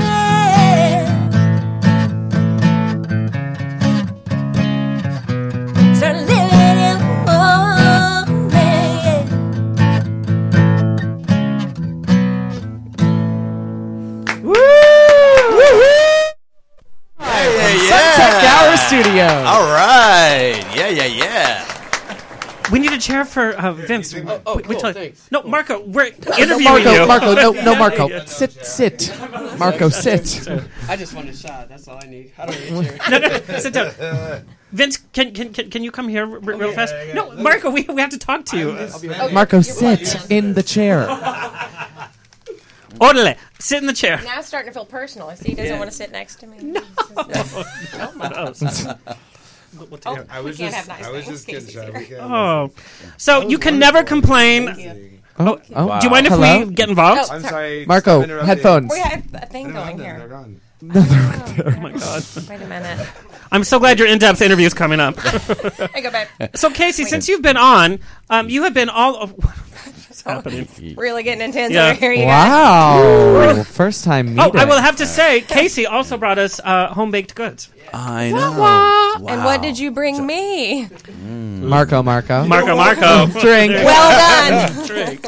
Start living in the moment. Sunset Gower Studios. All right. Yeah, yeah, yeah. We need to chair for uh, Vince. Oh, oh, we cool, tell- no, Marco, we're no, interviewing Marco, you. Marco, no, no, Marco. Sit, sit. Marco, sit. I just want a shot. That's all I need. I don't no, need a chair. no, sit down. Vince, can can can, can you come here r- real fast? No, Marco, we, we have to talk to you. Marco, sit in the chair. Orale, sit in the chair. Now it's starting to feel personal. I see he doesn't Yeah. want to sit next to me. No. oh my No. Oh, I was we can't just- have nice I was things. just kidding, Casey's Shai. We here. can't- Oh, so you can never complain. Oh, oh. Do you mind if Hello? we get involved? Oh, I'm sorry. Marco, headphones. We have a thing going here. Oh my god. Wait a minute. I'm so glad your in-depth interview is coming up. I go back. So Casey, since you've been on, um, you have been all. Of, what's happening? Really getting intense Yeah. over here, you Wow. First time Oh, meeting. I will have to say, Casey also brought us uh, home baked goods. I guys. Wah, wah. And what did you bring me? Marco, Marco. Marco, Marco. Drink. Well done. Drink.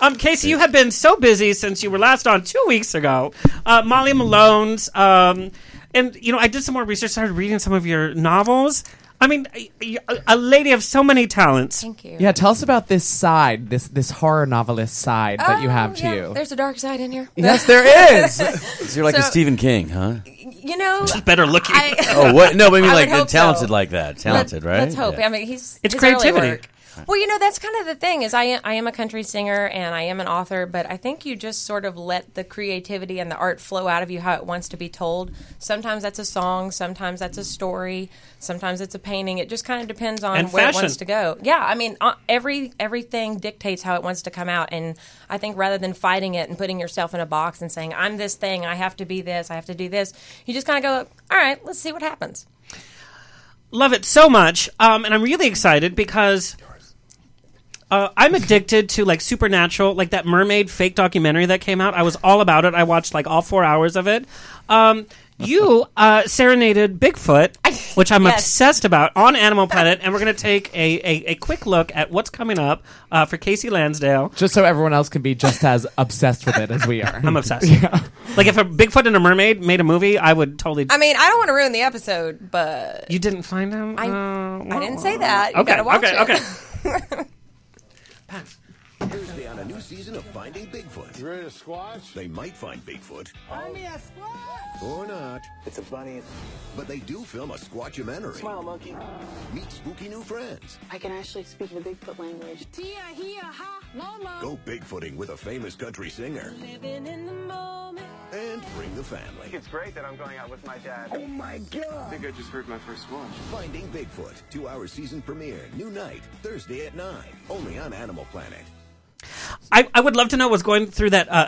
Um, Casey, you have been so busy since you were last on two weeks ago. Uh, Molly Malone's, um, and you know, I did some more research. Started reading some of your novels. I mean, a- a- a lady of so many talents. Thank you. Yeah, tell us about this side, this this horror novelist side that you have to Oh, Yeah, you. There's a dark side in here. Yes, there is. So you're like a So- Stephen King, huh? You know, Just better looking. I- Oh, what? No, but I mean, would like, hope talented like that. Talented, right? Let's hope. Yeah. I mean, he's It's his early creativity. work. Well, you know, that's kind of the thing is I am, I am a country singer and I am an author, but I think you just sort of let the creativity and the art flow out of you how it wants to be told. Sometimes that's a song, sometimes that's a story, sometimes it's a painting. It just kind of depends on And where it fashion. wants to go. Yeah, I mean, uh, every everything dictates how it wants to come out and I think rather than fighting it and putting yourself in a box and saying I'm this thing, I have to be this, I have to do this, you just kind of go, all right, let's see what happens. love it so much, um, and I'm really excited because uh, I'm addicted to like supernatural, like that mermaid fake documentary that came out. I was all about it. I watched like all four hours of it. Um, you uh, serenaded Bigfoot, which I'm Yes. obsessed about, on Animal Planet, and we're going to take a, a, a quick look at what's coming up uh, for Casey Lansdale. Just so everyone else can be just as obsessed with it as we are. I'm obsessed. Like if a Bigfoot and a mermaid made a movie, I would totally. I mean, I don't want to ruin the episode, but you didn't find him. I, Uh, I didn't say that. You okay, gotta watch okay, it. okay. Thursday on a new season of Finding Bigfoot. You ready to squash? They might find Bigfoot. Find me a squash! Or not. It's a bunny. But they do film a squatchumentary. Smile, monkey. Meet spooky new friends. I can actually speak the Bigfoot language. Tia, hia, ha, mama. Go Bigfooting with a famous country singer. Living in the moment. And bring the family. It's great that I'm going out with my dad. Oh my I god! think I just heard my first squash. Finding Bigfoot. Two-hour season premiere. New night. Thursday at 9. Only on Animal Planet. I, I would love to know what's going through that uh,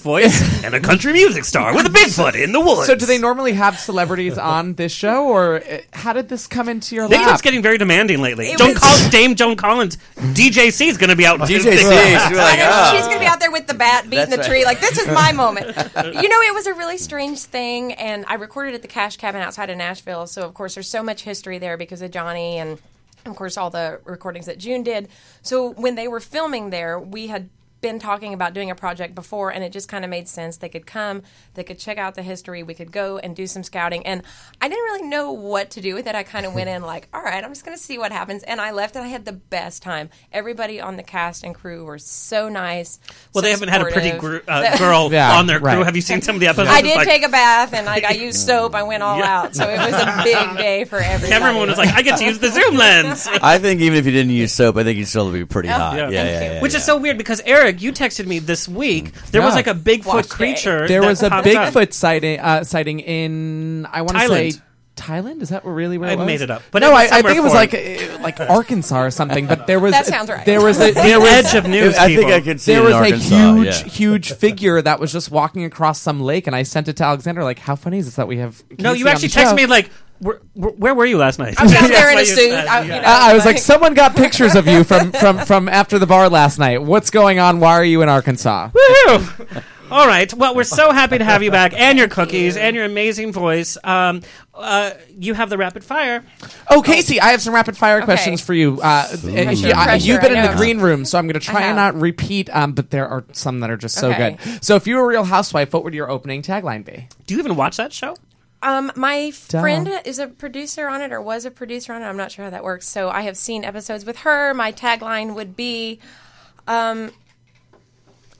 voice and a country music star with a Bigfoot in the woods. So, do they normally have celebrities on this show, or uh, how did this come into your Bigfoot's lap? getting very demanding lately. It Joan was- Col- Dame Joan Collins, DJC is going to be out. DJC, she's like, oh. And She's gonna be out there with the bat beating That's the right. tree, like this is my moment. you know, it was a really strange thing, and I recorded at the Cash Cabin outside of Nashville. So of course, there's so much history there because of Johnny and. Of course, all the recordings that June did. So when they were filming there, we had been talking about doing a project before, and it just kind of made sense. They could come, they could check out the history, we could go and do some scouting. And I didn't really know what to do with it. I kind of went in like, all right, I'm just going to see what happens. And I left, and I had the best time. Everybody on the cast and crew were so nice. so Well, they haven't had a pretty gr- supportive. uh, girl Yeah, on their crew. right. Have you seen some of the episodes? I It's did like, take a bath and like I used soap. I went all out, so it was a big day for everybody. Everyone was like, I get to use the zoom lens. I think even if you didn't use soap, I think you'd still be Oh, pretty hot. Yeah, yeah, yeah, yeah. Which is so weird because Eric, you texted me this week. There was Mm. Yeah. like a Bigfoot Watch creature. There that was a popped up. Bigfoot sighting, uh, sighting in I want to say Thailand. Thailand. Is that really where I it was? made it up, but it no, was I, I somewhere think it was like foreign. uh, like Arkansas or something. But there was That sounds right. There was a, The there was, edge of news, I think people. I could see it there in was a Arkansas, huge yeah. huge figure that was just walking across some lake, and I sent it to Alexander like, how funny is this that we have? No, Casey you on actually the show?" texted me like, where, where- where were you last night? I was out That's there in why a you- suit. uh, I, you know, I I was like, someone got pictures of you from, from, from after the bar last night. What's going on? Why are you in Arkansas? Woohoo! All right. Well, we're so happy to have you back, and your cookies, and your amazing voice. Um, uh, you have the rapid fire. Oh, Casey, I have some rapid fire questions for you. Uh, Pressure, you- I- pressure, you've been I in the know. green room, so I'm going to I try and have. not repeat, um, but there are some that are just so Okay. good. So, if you were a real housewife, what would your opening tagline be? Do you even watch that show? Um, my Duh. friend is a producer on it, or was a producer on it. I'm not sure how that works. So I have seen episodes with her. My tagline would be, um,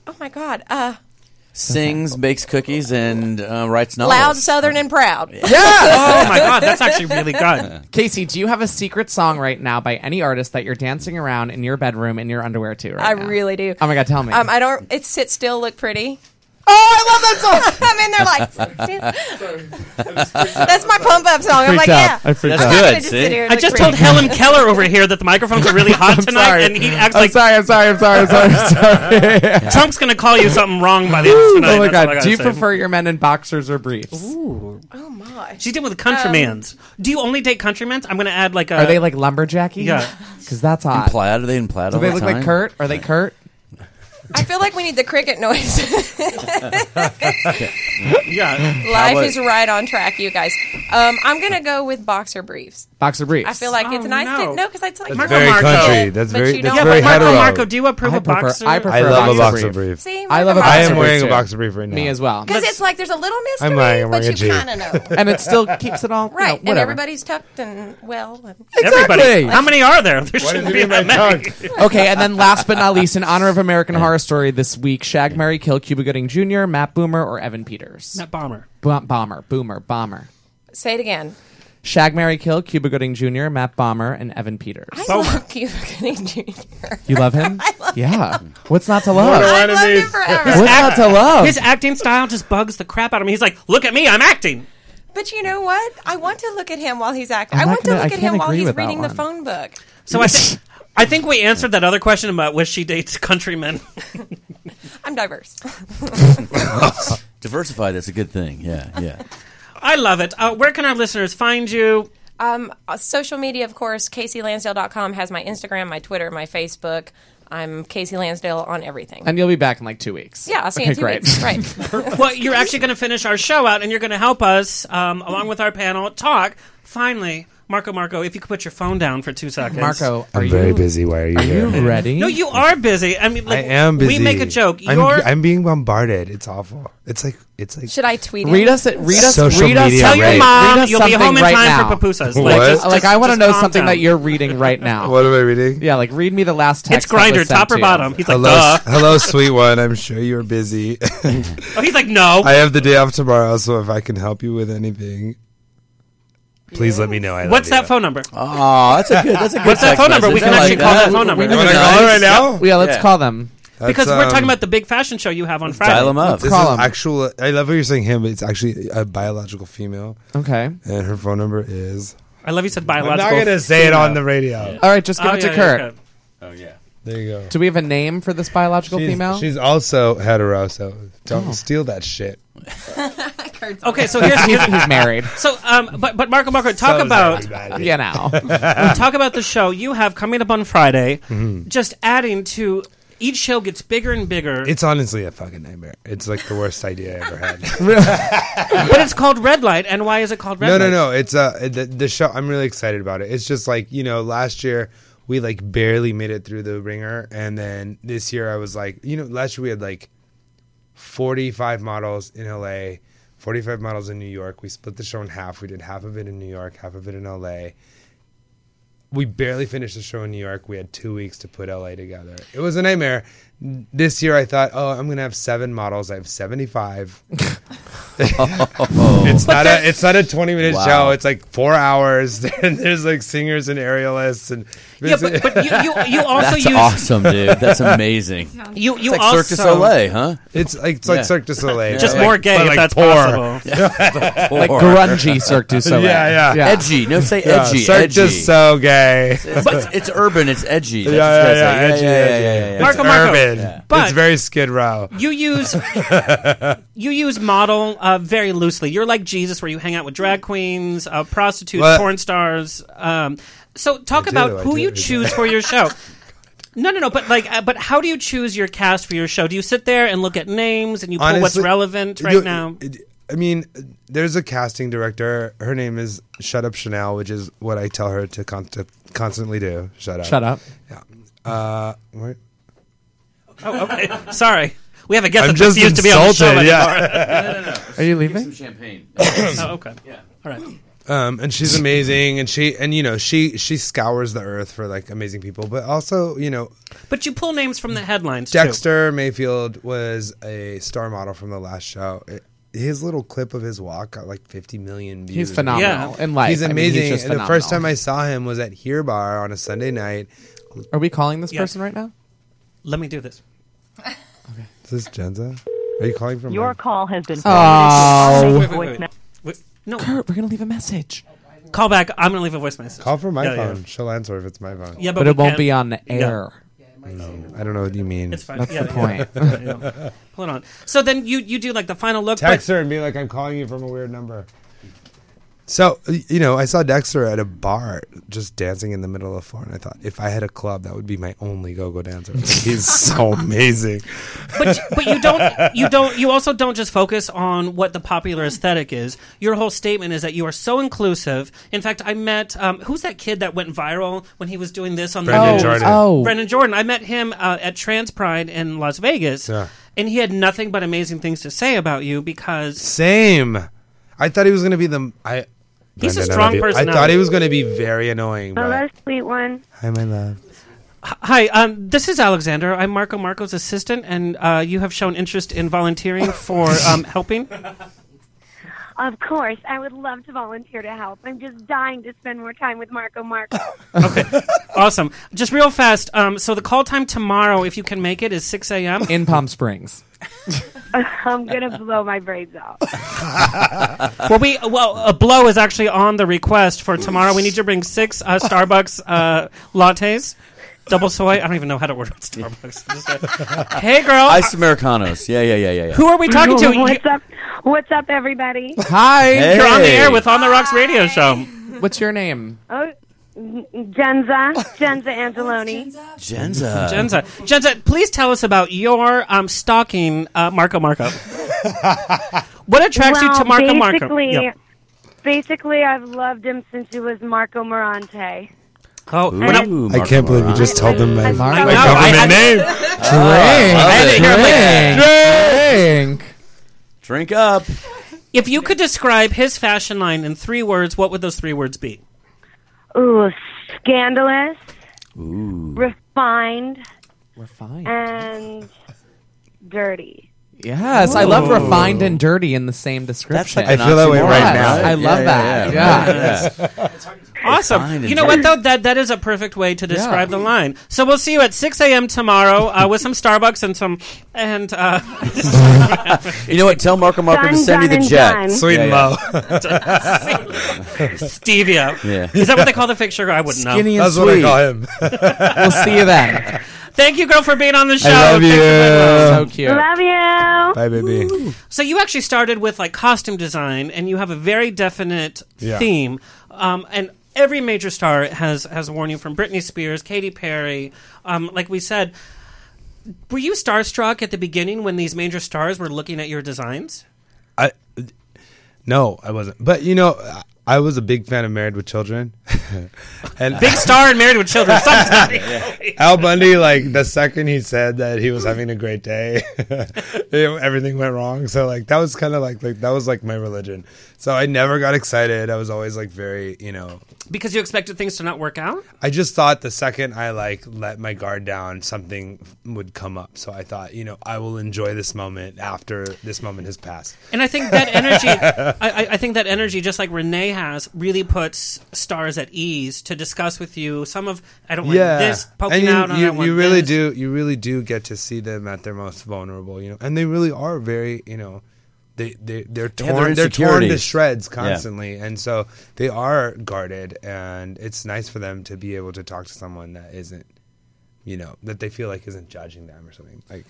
"Oh my God, uh, sings, bakes cookies, and uh, writes novels. loud, southern, and proud." Yes! oh my god, that's actually really good. Casey, do you have a secret song right now by any artist that you're dancing around in your bedroom in your underwear to? Right I now? really do. Oh my God, tell me. Um, I don't. It's sit still, look pretty. Oh, I love I'm in there like, sit still. that's my pump up song. I'm Freaked like, out. yeah, I freaked I'm out. not gonna Good, just see? sit here and I look just pretty. told Helen Keller over here that the microphones are really hot tonight, sorry. and he acts I'm like sorry, I'm sorry, I'm sorry, I'm sorry, I'm sorry. Trump's going to call you something wrong by the end of tonight. oh my That's all I God, gotta do you say. prefer your men in boxers or briefs? Ooh. Oh my. She's dealing with Um, countrymans. do you only date countrymans? I'm going to add like uh, a. Are they like lumberjacky? Yeah. because that's hot. plaid? Are they in plaid Do all they the look like time? Kurt? Are they Kurt? I feel like we need the cricket noise. yeah. Life is right on track, you guys. Um, I'm gonna go with boxer briefs. boxer briefs. I feel like it's Oh, nice no. to no because I like That's very country. That's But very- you that's don't very like- hetero. Marco, Marco, do you approve I of prefer- boxer? I prefer I a love a boxer boxer brief. brief. See, I love a I boxer am brief wearing a too. boxer brief right now. Me as well. Because it's like there's a little mystery, I'm lying, I'm but wearing you a G. kind of know, and it still keeps it all you know, right? and whatever. everybody's tucked and well. And Everybody. How many are there? There shouldn't be that many. okay, and then last but not least, in honor of American Horror Story this week, Shag Mary Kill Cuba Gooding Jr., Matt Boomer, or Evan Peters. Matt Bomber. Bo- bomber, Boomer, Bomber. Say it again. Shag Mary Kill Cuba Gooding Jr., Matt Bomber, and Evan Peters. I love Cuba Gooding Jr. You love him? I love yeah. What's not to love? I loved him forever. What's not to love? His acting style just bugs the crap out of me. He's like, look at me, I'm acting. But you know what? I want to look at him while he's acting. I'm I not want to gonna- I look at him can't while agree he's with that reading the one. phone book. So I think I think we answered that other question about wish she dates countrymen. I'm diverse. Diversify. That's a good thing. Yeah, yeah. I love it. Uh, where can our listeners find you? Um, uh, social media, of course, CaseyLansdale.com has my Instagram, my Twitter, my Facebook. I'm Casey Lansdale on everything. And you'll be back in like two weeks. yeah, I'll see you in okay, two great. weeks. Right. well, you're actually going to finish our show out, and you're going to help us um, along with our panel talk. Finally, Marco, Marco, if you could put your phone down for two seconds, Marco, I'm are very you busy. Why are you Are here? you ready? No, you are busy. I mean, I like, am busy. We make a joke. I'm, You're I'm being bombarded. It's awful. It's like it's like. Should I tweet Read it? us it. Read us. Social read us. media Tell Tell your rate. your mom mom read us you'll be something home in right time now. for pupusas. What? Like, Just- like, I just- want to just know calm something down. that you're reading right now. What am I reading? Yeah, like read me the last text. It's Grindr, top or bottom. He's like, hello, duh. hello, sweet one. I'm sure you're busy. Oh, he's like, no. I have the day off tomorrow, so if I can help you with anything, please let me know. I What's that love phone number? Oh, that's a good. That's a good. What's that text phone number? message. We can I like actually call that phone number. We- we- Wanna we- call right now? Yeah, let's call them. because That's, we're talking um, about the big fashion show you have on Friday. dial 'em up. This call is him. actual. I love how you're saying him. But it's actually a biological female, Okay. and her phone number is. I love you said biological. I'm not gonna say it on female. the radio. All right, just give Oh, it yeah, to yeah, Kurt. okay. Oh yeah. There you go. Do we have a name for this biological She's, female? Oh. she's also hetero, so don't steal that shit. Okay, so here's, he's, here's he's married. so um, but but Marco, Marco, talk So's about everybody. you know. talk about the show you have coming up on Friday. Mm-hmm. Just adding to each show gets bigger and bigger, It's honestly a fucking nightmare. It's like the worst idea I ever had. but it's called Red Light. And why is it called Red no, Light? no, no. It's uh the, the show. I'm really excited about it. It's just like you know, last year we like barely made it through the ringer, and then this year I was like, you know, last year we had like 45 models in LA, 45 models in New York. We split the show in half. We did half of it in New York, half of it in LA. We barely finished the show in New York. We had two weeks to put LA together. It was a nightmare. This year I thought, oh, I'm gonna have seven models. I have 75. It's not a it's not a 20 minute Oh. Wow. show. It's like four hours. and there's like singers and aerialists and Yeah, but, but you, you, you also That's use awesome, dude. That's amazing. you you It's like also Cirque du Soleil, huh? it's like it's like Yeah. Cirque du Soleil. Just but like- more gay but like if that's poor. possible. like Or- grungy Cirque du Soleil. Yeah, yeah. Edgy. No, say Yeah, edgy. Cirque edgy. du so gay. it's, it's urban. It's edgy. That's yeah, what yeah, you gotta yeah, say. edgy, edgy. Marco, it's Marco. urban. Yeah. But- it's very Skid Row. You use you use model uh, very loosely. You're like Jesus, where you hang out with drag queens, uh, prostitutes, What? porn stars. Um, so talk do, about I who do, you I do. choose for your show. No, no, no. But like, uh, but how do you choose your cast for your show? Do you sit there and look at names and you pull what's Honestly, relevant right you- now? I mean, there's a casting director. Her name is Shut Up Chanel, which is what I tell her to con- to constantly do. Shut up. Shut up. Uh, wait. Oh, okay. Sorry, we have a guest I'm that just refused to be on the show insulted, yeah. anymore. Are you leaving? champagne. oh, okay. All right. um, and she's amazing, and she and you know she she scours the earth for like amazing people, but also you know But you pull names from the headlines too. Dexter Mayfield was a star model from the last show. It- his little clip of his walk got like 50 million views. He's phenomenal Yeah. in life. He's I mean, amazing. just and the first time phenomenal. I saw him was at Here Bar on a Sunday night. are we calling this Yeah. person right now? Let me do this. Is this Jenza? Are you calling from? my- call has been Oh. Wait, wait, wait, wait. Wait, No, Kurt, we're gonna leave a message, call back. I'm gonna leave a voice message. Call from my Yeah, yeah. phone. She'll answer if it's my phone. Yeah, but, but, it we won't can't- be on the Yeah. air. I don't know what you mean. It's fine. That's yeah, the yeah, point. yeah, yeah. Hold on. So then you you do like the final look. Text her and be like, I'm calling you from a weird number. So y- you know, I saw Dexter at a bar just dancing in the middle of four, and I thought if I had a club, that would be my only go-go dancer. Like, he's so amazing. but but you don't you don't you also don't just focus on what the popular aesthetic is. Your whole statement is that you are so inclusive. In fact, I met um, who's that kid that went viral when he was doing this on Brendan the news? Jordan. Oh. Brendan Jordan. I met him uh, at Trans Pride in Las Vegas, Yeah. and he had nothing but amazing things to say about you because Same. I thought he was going to be the. I. He's Brendan, a I strong love you. personality. I thought he was going to be very annoying. But Hello, sweet one. hi, my love. Hi, um, this is Alexander. I'm Marco Marco's assistant, and uh, you have shown interest in volunteering for um, helping. Of course, I would love to volunteer to help. I'm just dying to spend more time with Marco Marco. Awesome. Just real fast. Um, so the call time tomorrow, if you can make it, is 6 a.m. in Palm Springs. I'm gonna blow my brains out. well, we well a blow is actually on the request for tomorrow. We need you to bring six uh, Starbucks uh, lattes, double soy. I don't even know how to order at Starbucks. Just, uh, hey, girl. Ice Americanos. Yeah, yeah, yeah, yeah. yeah. Who are we talking to? What's up? What's up, everybody? Hi. You're on the Hey. air with On the Rocks Radio Show. What's your name? Oh, Genza, Genza Angeloni. Jenza. Jenza. Jenza, please tell us about your um, stalking uh, Marco Marco. what attracts you to Well, Marco Marco? basically, Yep. Basically, I've loved him since he was Marco Morante. Oh, Ooh, we're not- I can't believe you just told them my, my I know, government I- I- name. I had to hear him like, Drink. Drink up. If you could describe his fashion line in three words, what would those three words be? Ooh, scandalous, Ooh. refined, We're fine. and dirty. Yes, I love Ooh. refined and dirty in the same description. like an I feel that way oxymoron, right now. right? I love Yeah, yeah, that. yeah. Yeah. Awesome. You know what though? That that is a perfect way to describe the line. So we'll see you at six a.m. tomorrow uh, with some Starbucks and some and. Uh, You know what? Tell Marco Marco to Done, send you the done, and jet. done. Sweet Stevia. Yeah. Is that what they call the fake sugar? I wouldn't know. Skinny and That's what I sweet. call him. we'll see you then. Thank you, girl, for being on the show. love Thanks for my love. you. So cute. Love you. Bye, baby. So you actually started with like costume design, and you have a very definite Yeah. theme. Um, and every major star has has worn you, from Britney Spears, Katy Perry. Um, like we said, were you starstruck at the beginning when these major stars were looking at your designs? I no, I wasn't. But you know, I- I was a big fan of Married with Children, and Big star and married with children. Somebody. Al Bundy, like the second he said that he was having a great day, it- everything went wrong. So like that was kind of like like that was like my religion. So I never got excited. I was always like very you know. Because you expected things to not work out. I just thought the second I like let my guard down, something would come up. So I thought, you know, I will enjoy this moment after this moment has passed. And I think that energy, I, I- I think that energy, just like Renee has, really puts stars at ease to discuss with you some of I don't want this poking and you, out. I You, don't want you really this. do. You really do get to see them at their most vulnerable. You know, and they really are very. You know, they they they're They have their torn. They are torn to insecurities. shreds Yeah. constantly, and so they are guarded. And it's nice for them to be able to talk to someone that isn't, you know, that they feel like isn't judging them or something like.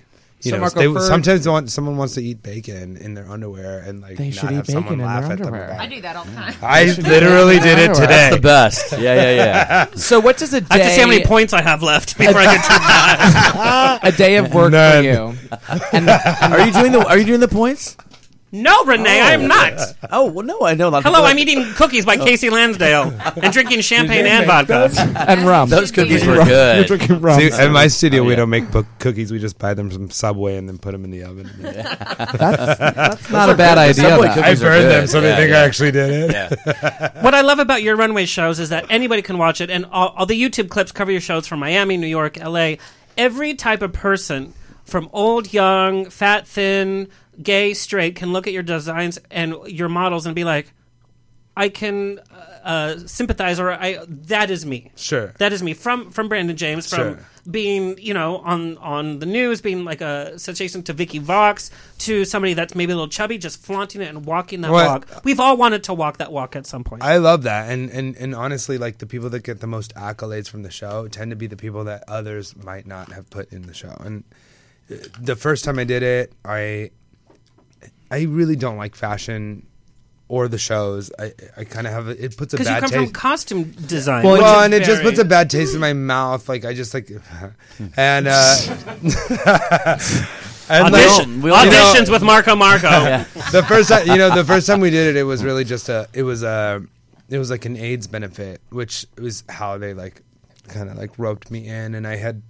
You So, know, Marco, they, for- sometimes want, someone wants to eat bacon in their underwear and like They not should eat have bacon in someone their laugh at them underwear. about I it. do that all the time. I They should eat literally bacon in did it their today. underwear. That's the best. Yeah, yeah, yeah. So what does a day? I have to see how many points I have left before I get to that. a day of work for you. are you doing the Are you doing the points? No, Renee, I am not. Oh well, no, I know. a lot of Hello, people- I'm eating cookies by Casey Lansdale and drinking champagne and vodka. and rum. Those cookies were good. You're drinking rum. See, in my studio, Oh, we don't make book cookies. We just buy them from Subway and then put them in the oven. That's- that's not a bad idea, Subway though. I cookies are burned them, good. so Yeah, they think yeah. I actually did it. What I love about your runway shows is that anybody can watch it, and all, all the YouTube clips cover your shows from Miami, New York, LA. Every type of person, from old, young, fat, thin, gay, straight, can look at your designs and your models and be like, I can uh, uh, sympathize, or I that is me. Sure. that is me. From from Brandon James, from Sure. being you know on on the news, being like a sensation to Vicky Vox, to somebody that's maybe a little chubby, just flaunting it and walking that Well, walk. We've all wanted to walk that walk at some point. I love that, and and and honestly, like the people that get the most accolades from the show tend to be the people that others might not have put in the show. And uh, the first time I did it, I I really don't like fashion or the shows. I, I kind of have a, it puts a Because you bad come from taste. costume design. Well, which is and it just very- puts a bad taste in my mouth. Like I just like, and uh, Audition- auditions with Marco Marco. Yeah. the first time, you know, the first time we did it, it was really just a, it was a, it was like an AIDS benefit, which was how they like, kind of like roped me in, and I had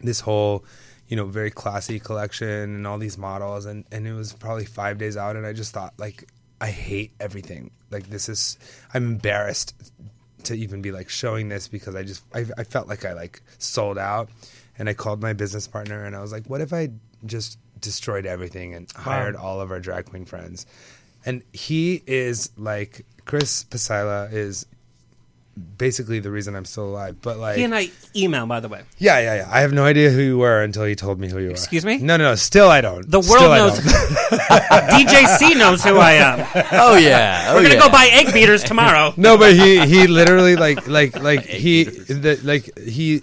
this whole, you know, very classy collection and all these models, and and it was probably five days out, and I just thought like, I hate everything. Like this is, I'm embarrassed to even be like showing this because I just I, I felt like I like sold out, and I called my business partner and I was like, what if I just destroyed everything and hired all of our drag queen friends, and he is like Chris Pasila is basically the reason I'm still alive, but like He and I email, by the way. yeah, yeah, yeah. I have no idea who you were until you told me who you Excuse were. me? No, no, no. Still, I don't. The world Still I knows- don't. DJC knows who I am. Oh, yeah. We're Oh, gonna yeah. go buy egg beaters tomorrow. no, but he he literally like like like he the, like he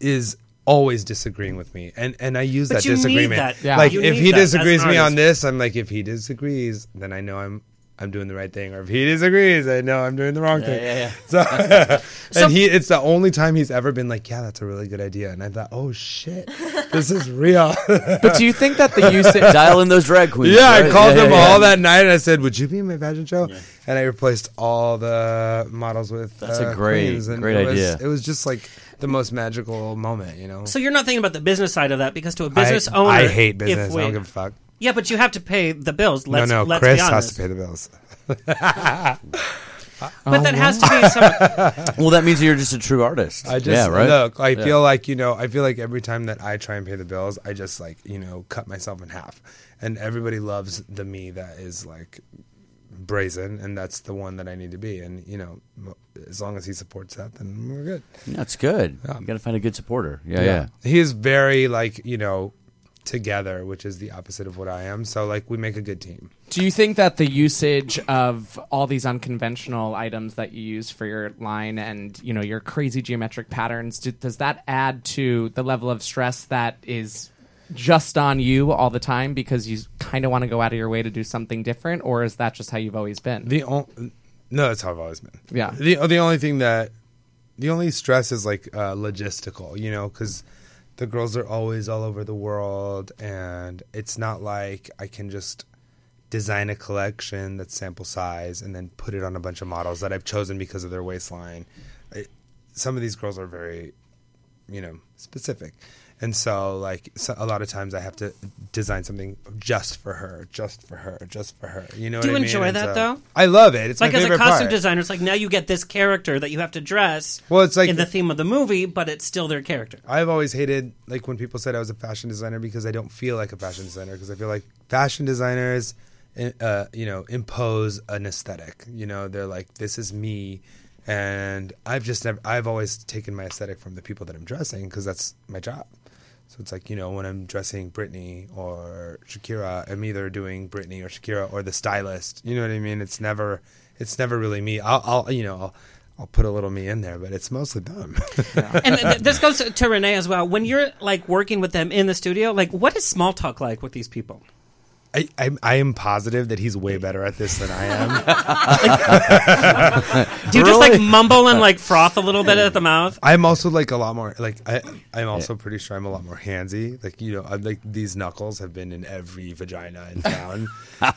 is always disagreeing with me, and and I use But that you need disagreement. that. Yeah. Like You if need he that as an disagrees me on artist. this, I'm like, if he disagrees, then I know I'm. I'm doing the right thing, or if he disagrees, I know I'm doing the wrong Yeah, thing. yeah, So, So- and he—it's the only time he's ever been like, "Yeah, that's a really good idea," and I thought, "Oh shit, this is real." But do you think that the use Dial in those drag queens. Yeah, I right? called Yeah, them yeah, all yeah. that night and I said, "Would you be in my fashion show?" And I replaced all the models with That's a uh, great- queens, and great it was- idea. It was just like the most magical moment, you know. So you're not thinking about the business side of that because to a business I, owner, I hate if business. I we- don't give a fuck. Yeah, but you have to pay the bills. Let's, no, no, let's Chris be has honest. to pay the bills. But Oh, that has to be some. well, that means you're just a true artist. I just yeah, right? look. I Yeah. feel like you know. I feel like every time that I try and pay the bills, I just like you know cut myself in half. And everybody loves the me that is like brazen, and that's the one that I need to be. And you know, m- as long as he supports that, then we're good. That's good. you got to find a good supporter. Yeah, yeah. He is very like you know together, which is the opposite of what I am. So like we make a good team. Do you think that the usage of all these unconventional items that you use for your line and you know your crazy geometric patterns do, does that add to the level of stress that is just on you all the time because you kind of want to go out of your way to do something different or is that just how you've always been? The on- no, that's how I've always been. Yeah. The the only thing that the only stress is like uh, logistical, you know, because the girls are always all over the world, and it's not like I can just design a collection that's sample size and then put it on a bunch of models that I've chosen because of their waistline. I, some of these girls are very, you know, specific. And so, like, so a lot of times I have to design something just for her, just for her, just for her. You know Do you what I mean? enjoy And that so- though? I love it. It's like my as a favorite costume part. designer, it's like now you get this character that you have to dress. Well, it's like- in the theme of the movie, but it's still their character. I've always hated like when people said I was a fashion designer because I don't feel like a fashion designer because I feel like fashion designers, uh, you know, impose an aesthetic. You know, they're like this is me, and I've just never. I've always taken my aesthetic from the people that I'm dressing because that's my job. So it's like you know when I'm dressing Britney or Shakira, I'm either doing Britney or Shakira or the stylist. You know what I mean? It's never, it's never really me. I'll, I'll you know, I'll, I'll put a little me in there, but it's mostly them. and th- this goes to Renee as well. When you're like working with them in the studio, like what is small talk like with these people? I, I, I am positive that he's way better at this than I am. Do you just like mumble and like froth a little bit at the mouth? I'm also like a lot more like I I'm also pretty sure I'm a lot more handsy. Like you know, I'm like these knuckles have been in every vagina in town,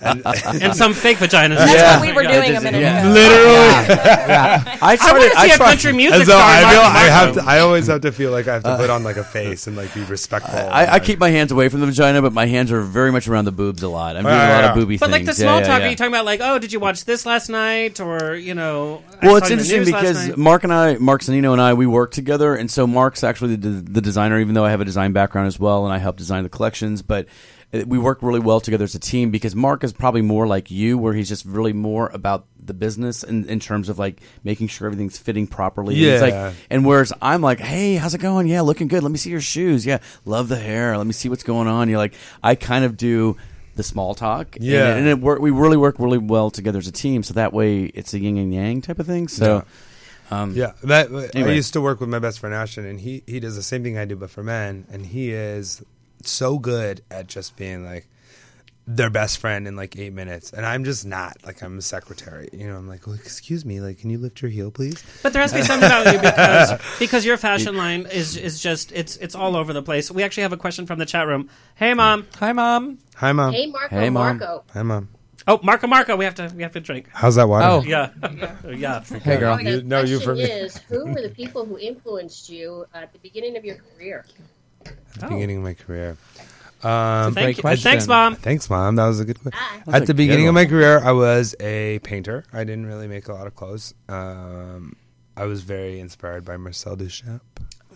and, And some fake vaginas. That's what we were Yeah, doing a just- minute yeah. ago. Literally, Yeah. Yeah. I wanna see a country music And so star, I, feel, Mark I have to, Markham. I always have to feel like I have to put on like a face and like be respectful. I, I keep my hands away from the vagina, but my hands are very much around the boobs a lot. I'm doing Yeah, a lot yeah. of booby But things. like the Yeah, small yeah, talk, yeah. are you talking about like, oh, did you watch this last night? Or you know, I Well, saw it's it in the interesting news last because night. Mark and I, Mark Zanino and I, we work together, and so Mark's actually the, the designer, even though I have a design background as well, and I help design the collections. But uh, we work really well together as a team because Mark is probably more like you, where he's just really more about the business in, in terms of like making sure everything's fitting properly. And it's Yeah. like, and whereas I'm like, hey, how's it going? Yeah, looking good. Let me see your shoes. Yeah, love the hair. Let me see what's going on. You're like, I kind of do the small talk. And Yeah. it- and it work, we really work really well together as a team. So that way, it's a yin and yang type of thing. So, um, yeah, that I anyway. used to work with my best friend Ashton, and he he does the same thing I do, but for men, and he is so good at just being like, their best friend in like eight minutes, and I'm just not like I'm a secretary. You know, I'm like, well, excuse me, like, can you lift your heel, please? But there has to be something about you because because your fashion line is is just it's it's all over the place. We actually have a question from the chat room. Hey mom. Hi mom. Hi, mom. Hey, Marco Hey, Mom. Marco. Hi, mom. Oh, Marco Marco, we have to we have to drink. How's that water? Oh. Yeah. yeah. Hey, girl. The You- no, you question for me. is, who were the people who influenced you at the beginning of your career? Oh. At the beginning of my career. It's Um, a great Thank- question. thanks, Mom. Thanks, mom. That was a good question. That's At a the good beginning of one. my career, I was a painter. I didn't really make a lot of clothes. Um, I was very inspired by Marcel Duchamp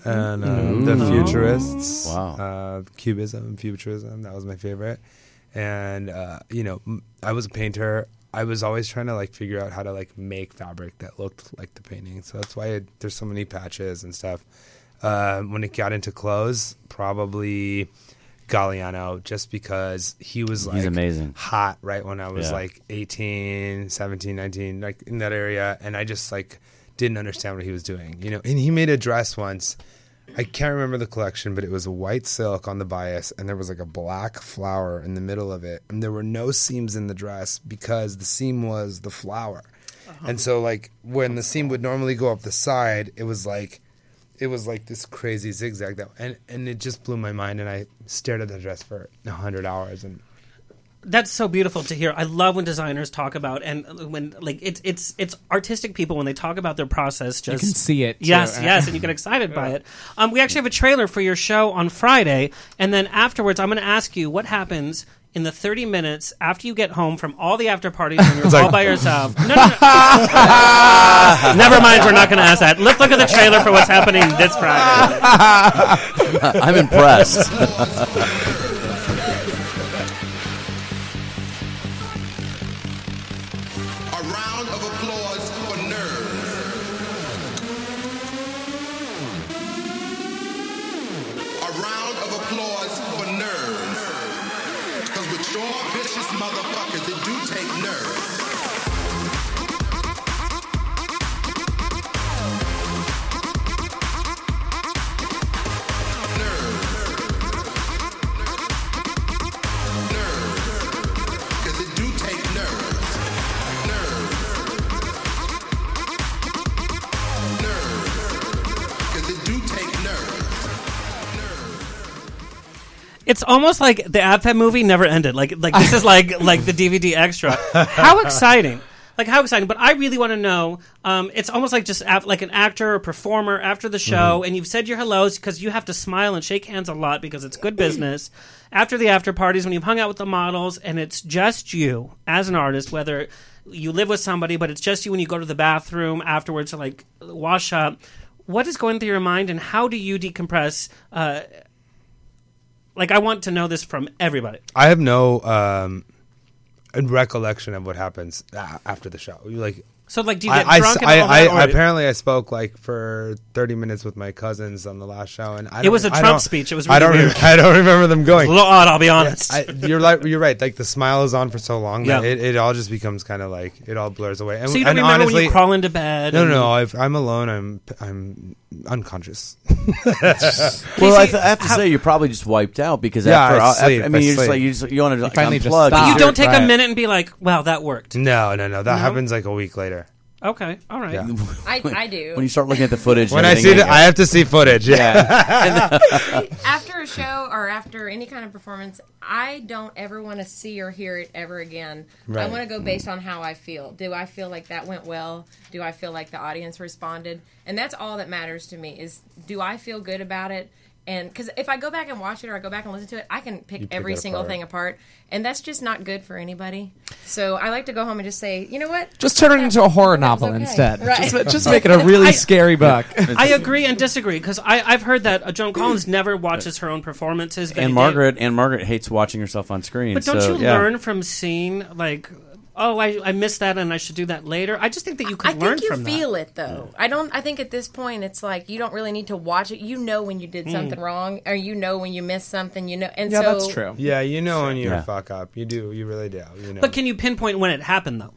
and Mm. um, the Oh. Ooh. Futurists. Wow. Uh, Cubism, Futurism. That was my favorite. And uh, you know, m- I was a painter. I was always trying to like figure out how to like make fabric that looked like the painting. So that's why it, there's so many patches and stuff. Uh, when it got into clothes, probably Galliano, just because he was like He's amazing. hot right when I was Yeah. like 18, 17, 19, like in that area. And I just like didn't understand what he was doing, you know. And he made a dress once. I can't remember the collection, but it was white silk on the bias, and there was like a black flower in the middle of it. And there were no seams in the dress because the seam was the flower. And so, like, when the seam would normally go up the side, it was like, it was like this crazy zigzag that, and, and it just blew my mind. And I stared at the dress for a hundred hours, and That's so beautiful to hear. I love when designers talk about and when like it's it's it's artistic people when they talk about their process. You Just can see it, too. Yes, yes, and you get excited by it. Um, we actually have a trailer for your show on Friday, and then afterwards, I'm going to ask you what happens in the 30 minutes after you get home from all the after parties when you're It's all like- by yourself. No, no, no. Never mind. We're not going to ask that. Let's look at the trailer for what's happening this Friday. I'm impressed. A round of applause for nerves. A round of applause for nerves. Because with your vicious motherfuckers, it do take nerves. Because it do take nerves. Because it do take nerves. It's almost like the AdFab movie never ended. Like like this is like like the DVD extra. How exciting! Like how exciting! But I really want to know. Um, it's almost like just af- like an actor or performer after the show, and you've said your hellos because you have to smile and shake hands a lot because it's good business. after the after parties, when you've hung out with the models, and it's just you as an artist, whether you live with somebody, but it's just you when you go to the bathroom afterwards to like wash up. What is going through your mind, and how do you decompress? Uh, like I want to know this from everybody. I have no um, recollection of what happens a- after the show. You, Like, So, like, do you get I, drunk and I, all I, that, or- I- apparently I spoke like for thirty minutes with my cousins on the last show, and I It don't- was a I Trump don't- speech. It was I really don't rem- weird. I don't remember them going. It was a little odd, I'll be honest. I, you're like you're right. Like the smile is on for so long that Yeah. it, it all just becomes kind of like it all blurs away. And, So you and don't remember when you honestly, crawl into bed No, no, and- no. If I'm alone, I'm I'm unconscious. well, I, th- I have to say, you're probably just wiped out because Yeah, after, I all- after- sleep, I mean, I you're just sleep. like you just you want to You like, finally unplug. just But you You're don't take a tired. minute and be like, "Wow, that worked." No, no, no. That No? happens like a week later. Okay, all right. Yeah. I, I do. When you start looking at the footage, When I see it, the, I have to see footage. Yeah. after a show or after any kind of performance, I don't ever want to see or hear it ever again. I Right. want to go based on how I feel. Do I feel like that went well? Do I feel like the audience responded? And that's all that matters to me is do I feel good about it? And because if I go back and watch it or I go back and listen to it, I can pick, You pick every it single apart. thing apart, and that's just not good for anybody. So I like to go home and just say, you know what? Just turn it into a horror novel instead. Right. Just, just make it a really I- scary book. I agree and disagree because I've heard that uh, Joan Collins never watches her own performances. but and they- Margaret and Margaret hates watching herself on screen. But don't so, you yeah. learn from seeing like, oh, I, I missed that and I should do that later? I just think that you could I learn think you from feel that. it though. I don't. I think at this point, it's like you don't really need to watch it. You know when you did Mm. something wrong, or you know when you missed something. You know, and so Yeah, you know when you Yeah. fuck up. You do. You really do. You know. But can you pinpoint when it happened though?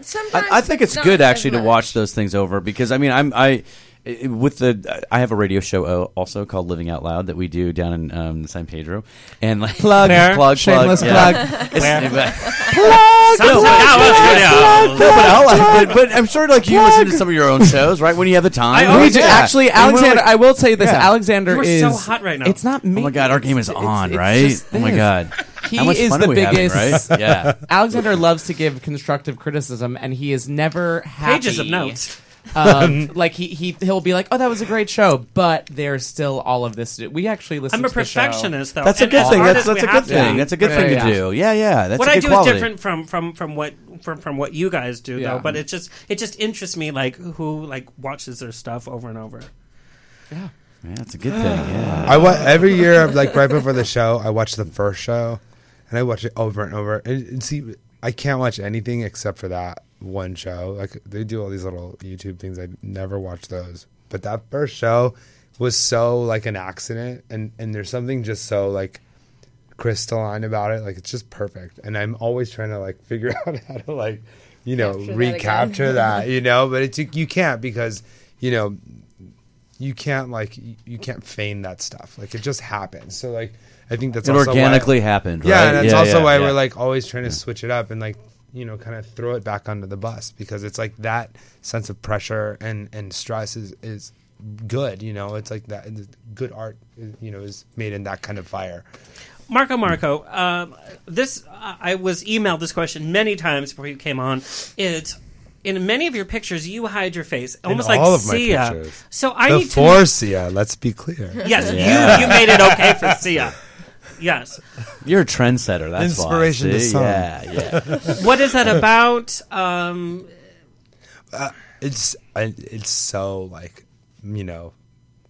Sometimes I, I think it's not good as actually to much. watch those things over because I mean I'm I it- with the I have a radio show uh, also called Living Out Loud that we do down in um, San Pedro, and like Plug. Fair. plug, plug, Shameless yeah. plug. It's- Fair. plug, Sounds plug, like that was plug, good. no, but I'll- Plug. but, but I'm sure like you listen to some of your own shows, right? When you have the time, I always Yeah. do. Actually, And we're Alexander, like- I will say this. Yeah. Alexander You are is so hot right now. It's not me. Oh my God, our game is on, right? just Oh my this. God. He How much is fun the are we having, biggest. right? Yeah. Alexander loves to give constructive criticism, and he is never happy. Pages of notes. Um, like he he he'll be like, oh, that was a great show, but there's still all of this. to do." We actually listen. I'm a to the show. perfectionionist, though. That's a And good as thing. artists, That's- we that's a have good thing. be. That's a good thing to Right. do. Yeah, yeah, that's what a I good do quality. is different from from from what from from what you guys do, Yeah. though. But it just it just interests me, like who like watches their stuff over and over. Yeah. Yeah, it's a good thing. Yeah. I wa- every year, like right before the show, I watch the first show, and I watch it over and over. And, and see, I can't watch anything except for that one show. Like they do all these little YouTube things, I never watch those. But that first show was so like an accident, and and there's something just so like crystalline about it. Like it's just perfect, and I'm always trying to like figure out how to like you know Capture that again. recapture that, you know. But it's you can't because you know you can't like you, you can't feign that stuff. Like it just happens. So like I think that's It also organically why, happened, Yeah, right? and that's Yeah, also yeah, why yeah. we're like always trying to switch it up and like you know kind of throw it back under the bus because it's like that sense of pressure and and stress is is good. You know, it's like that good art. You know, is made in that kind of fire. Marco Marco, um, this I I was emailed this question many times before you came on. It's in many of your pictures you hide your face, almost in like all Sia. of my pictures. So I need to before know- Sia. Let's be clear. Yes, you you made it okay for Sia. Yes. You're a trendsetter. That's why, Inspiration to see? some. Yeah, yeah. What is that about? Um, uh, it's I, it's so like you know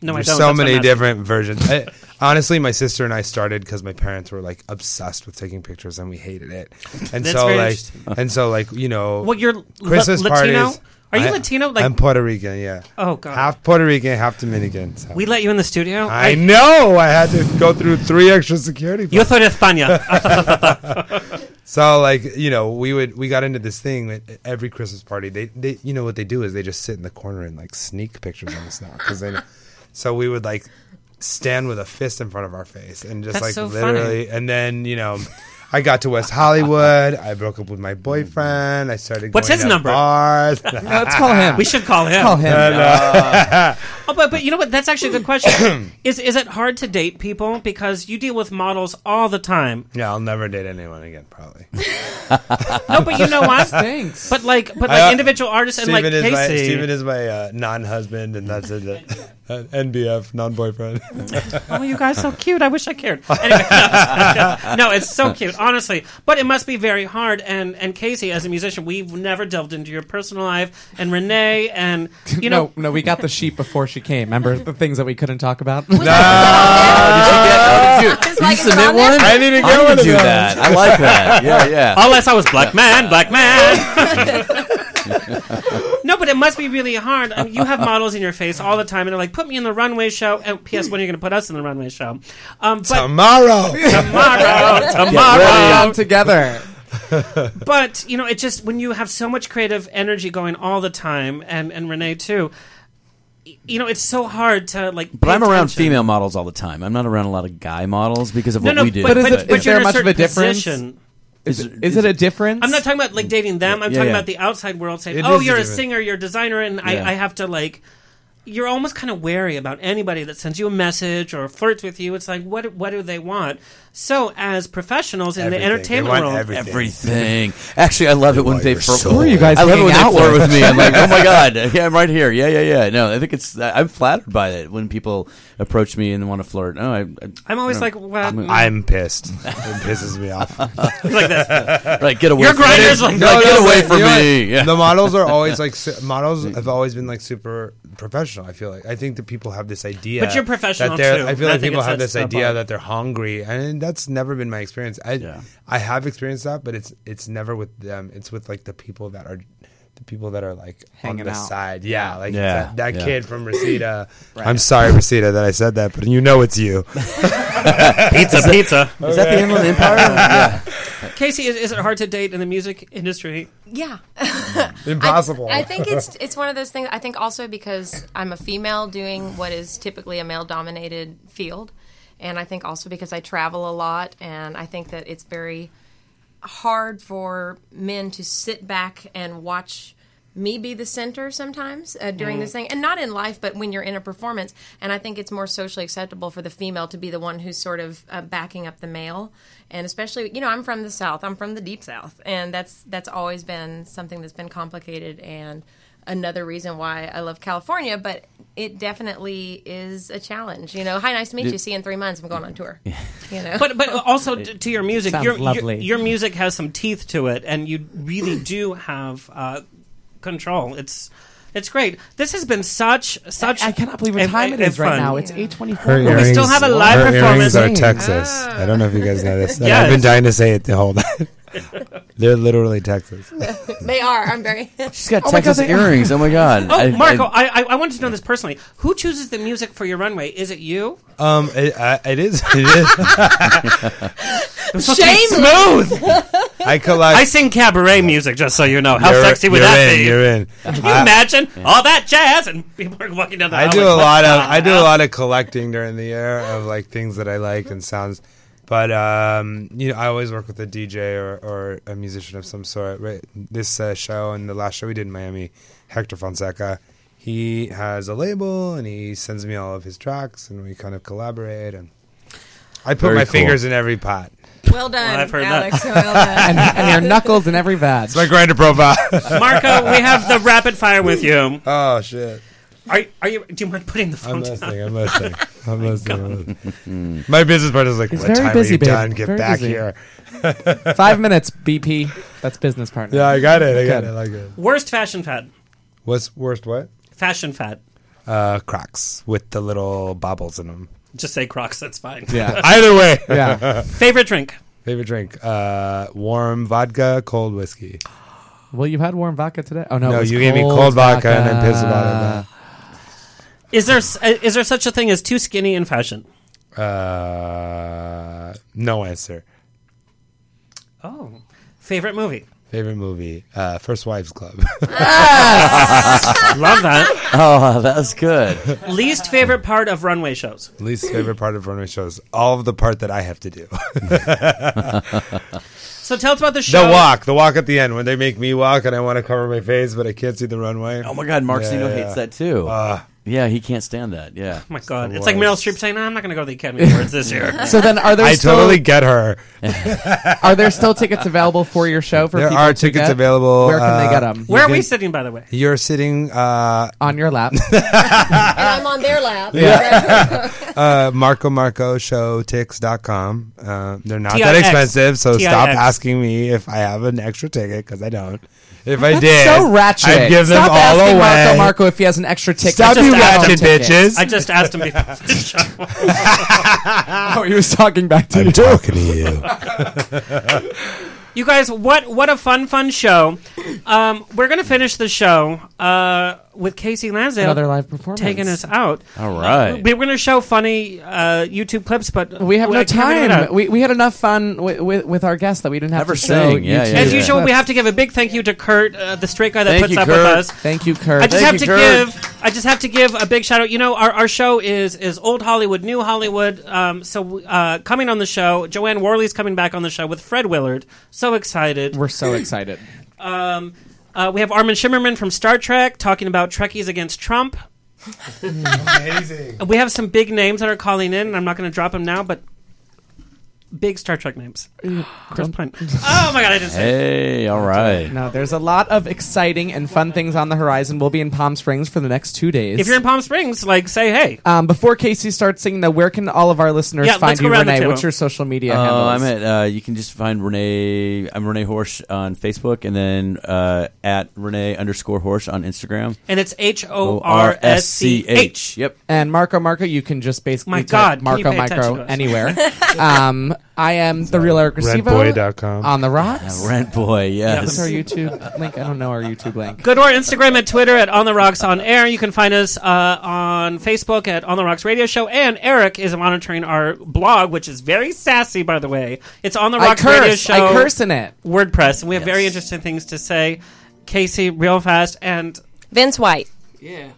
No, I there's don't. so That's what many I'm asking. different versions I, honestly my sister and i started because my parents were like obsessed with taking pictures and we hated it and That's so very like interesting. and so like you know Well, you're christmas La- parties Latino? Are you I- Latino? Like- i'm puerto rican yeah Oh, God. half puerto rican half dominican so. we let you in the studio. I, know i had to go through three extra security Yo soy de España. so like you know we would we got into this thing that every christmas party they they you know what they do is they just sit in the corner and like sneak pictures on us now because they know. so we would like stand with a fist in front of our face and just That's like so funny. literally and then you know I got to West Hollywood. I broke up with my boyfriend. I started. What's going his to number? Bars. Let's call him. We should call him. Let's call him. And, uh, Oh, but but you know what? That's actually a good question. is is it hard to date people because you deal with models all the time? yeah, I'll never date anyone again. Probably. No, but you know what? Stinks. But like, but like I, uh, individual artists and like Steven is Casey. my, Steven is my uh, non-husband, and that's it. Uh, NBF, non-boyfriend. oh, you guys so cute. I wish I cared. Anyway, no, no, it's so cute, honestly. But it must be very hard. And and Casey, as a musician, we've never delved into your personal life. And Renee, and you know, no, no, we got the sheep before she came. Remember the things that we couldn't talk about? no, Did you, did you submit one? I need to I'm get gonna one of do those. that. I like that. Yeah, yeah. All I saw was black man, black man. no, but it must be really hard. I mean, you have models in your face all the time, and they're like, "Put me in the runway show." And P.S. When are you going to put us in the runway show? Um, but tomorrow, tomorrow, Get tomorrow. ready. together. but you know, it just when you have so much creative energy going all the time, and and Renee too. y- You know, it's so hard to like. But pay I'm around attention. female models all the time. I'm not around a lot of guy models because of No, what no, we do. but- But is it- but Is there much of a difference? position. Is, is it a difference? I'm not talking about like dating them. I'm Yeah, talking yeah. about the outside world saying, It "Oh, is you're a different. singer, you're a designer," and Yeah. I, I have to like. You're almost kind of wary about anybody that sends you a message or flirts with you. It's like, what what do they want? So, as professionals in Everything. the They entertainment want world, everything. Everything. Actually, I love it when they flirt. Who are you guys I love it when hanging they out flirt with? with me. I'm like, oh my god, yeah, I'm right here. Yeah, yeah, yeah. No, I think it's. I'm flattered by it when people approach me and want to flirt. No, I, I, I'm always like, well, I'm- I'm pissed. It pisses me off. like this. Like, get away Your from me. grinder's like- No, get no, away no, from You know what? me. Yeah. The models are always like su- models have always been like super professional. I feel like I think that people have this idea, But you're that professional they're- too. I feel I like think people it's- have that's this the idea part. that they're hungry, and that's never been my experience. I I have experienced that, but it's it's never with them. It's with like the people that are. The people that are like Hanging on the out. side, yeah, like Yeah, that, that yeah. kid from Reseda. Right. I'm sorry, Reseda, that I said that, but you know it's you. Pizza, Is that- pizza. Is that the Inland Empire? Yeah. Casey, is, is it hard to date in the music industry? Yeah. Mm-hmm. Impossible. I think it's it's one of those things. I think also because I'm a female doing what is typically a male dominated field, and I think also because I travel a lot, and I think that it's very hard for men to sit back and watch me be the center sometimes uh, during Mm. this thing and not in life but when you're in a performance and i think it's more socially acceptable for the female to be the one who's sort of uh, backing up the male and especially you know i'm from the south i'm from the deep south and that's that's always been something that's been complicated and another reason why i love california but it definitely is a challenge you know hi nice to meet Did- you see you in three months i'm going on tour you know But but also t- to your music, Sounds your, your- lovely. your music has some teeth to it, and you really do have uh, control. It's it's great. This has been such such. I, cannot believe what time it is right now. It's eight Her twenty-four. earrings, We still have a live her performance. earrings are Texas. I don't know if you guys know this. I've been Yes. dying to say it the whole time. They're literally Texas. they are i'm very she's got Texas earrings. Oh my god. Oh, I- Marco, I- I, I I wanted to know this personally. Who chooses the music for your runway? Is it you? Um, it, I, it is. It is. fucking Shameless. smooth. I collect. I sing cabaret music, just so you know. How You're- sexy would you're that in, be? you're in. Can you I- imagine Yeah. all that jazz and people are walking down the I aisle do like, a "What lot the of I do a hell?" lot of collecting during the year of like things that I like and sounds. But um, you know, I always work with a DJ or, or a musician of some sort. Right, this uh, show and the last show we did in Miami, Hector Fonseca, he has a label and he sends me all of his tracks and we kind of collaborate and I put Very my cool. fingers in every pot. Well done, Well, I've heard that. Alex. Well done. and, and your knuckles in every badge. It's my grinder profile. Marco, we have the rapid fire with you. Oh shit! Are are you? Do you mind putting the phone I'm down? listening. I'm listening. I'm listening. I'm listening. My business partner's like, He's "What very time busy, are you babe. done? Get Very back busy. here." Five minutes, BP. That's business partner. Yeah, I got it. I got Good. it. I like it. Worst fashion fad. What's worst? What? Fashion fad. Uh, Crocs with the little bobbles in them. Just say Crocs. That's fine. Either way. Favorite drink. Favorite drink? Uh, warm vodka, cold whiskey. Well, you've had warm vodka today. Oh no, it No, was you gave me cold vodka and I'm pissed about it, man. Oh Is there s- uh, is there such a thing as too skinny in fashion? Uh, no answer. Oh, favorite movie. Favorite movie? Uh, First Wives Club. Ah! Love that. Oh, that was good. Least favorite part of runway shows. Least favorite part of runway shows? All of the part that I have to do. So tell us about the show. The walk, the walk at the end when they make me walk and I want to cover my face, but I can't see the runway. Oh my God, Mark Sino hates that too. Uh, yeah, he can't stand that. Yeah. Oh my god, it's like Meryl Streep saying, "No, "I'm not going to go to the Academy Awards this year." So then, are there? I still, totally get her. Are there still tickets available for your show? For There people are to tickets get? available. Where can they uh, get them? Where are we sitting, by the way? You're sitting uh, on your lap. and i'm on their lap Yeah. uh, Marco Marco Showtix.com. Uh, they're not that TIX. expensive, so stop TIX. asking me if I have an extra ticket because I don't. If I That's did, so ratchet. I'd give them Stop all asking away. Marco Marco if he has an extra ticket. Stop you ratchet bitches. I just asked him before the show. Oh, he was talking back to I'm you. talking to You guys, what what a fun fun show! Um, we're gonna finish the show uh, with Casey Lansdale, Another live performance. taking us out. All right. We were gonna show funny uh, YouTube clips, but We have no can't get it out. time. We, we had enough fun with, with, with our guests that we didn't have Never to show. sing. Yeah, YouTube yeah, As yeah. usual, we have to give a big thank you to Kurt, uh, the straight guy that Thank puts you, up Kurt. with us. Thank you, Kurt. I just Thank have you, to Kurt. give. I just have to give a big shout out. You know, our, our show is is old Hollywood, new Hollywood. Um, so uh, coming on the show, Joanne Worley's coming back on the show with Fred Willard. So excited. We're so excited. Um, uh, we have Armin Shimmerman from Star Trek talking about Trekkies against Trump. you. Amazing. We have some big names that are calling in, and I'm not going to drop them now, but big Star Trek names. Chris Pine. Oh my god, I didn't say. it. Hey, all right. No, there's a lot of exciting and fun things on the horizon. We'll be in Palm Springs for the next two days. If you're in Palm Springs, like say hey. um, before Casey starts singing, though, where can all of our listeners Yeah, find let's go you, around the Renee? table. What's your social media Uh, handles? I'm at. Uh, you can just find Renee. I'm Renee Horsch on Facebook, and then uh, at Renee underscore Horsch on Instagram. And it's H O R S C H. O-R-S-C-H. Yep. And Marco Marco, you can just basically My type God, can you Marco pay attention Micro to us? anywhere. um, I am the real Eric Recibo Rentboy.com. on the rocks. Yeah, Rentboy, yes. What's our YouTube link? I don't know our YouTube link. Go to our Instagram and Twitter at On the Rocks on Air. You can find us uh, on Facebook at On the Rocks Radio Show. And Eric is monitoring our blog, which is very sassy, by the way. It's On the I Rocks Radio curse. Show. I curse in it. WordPress, and we have very interesting things to say. Casey, real fast, and Vince White. Yeah.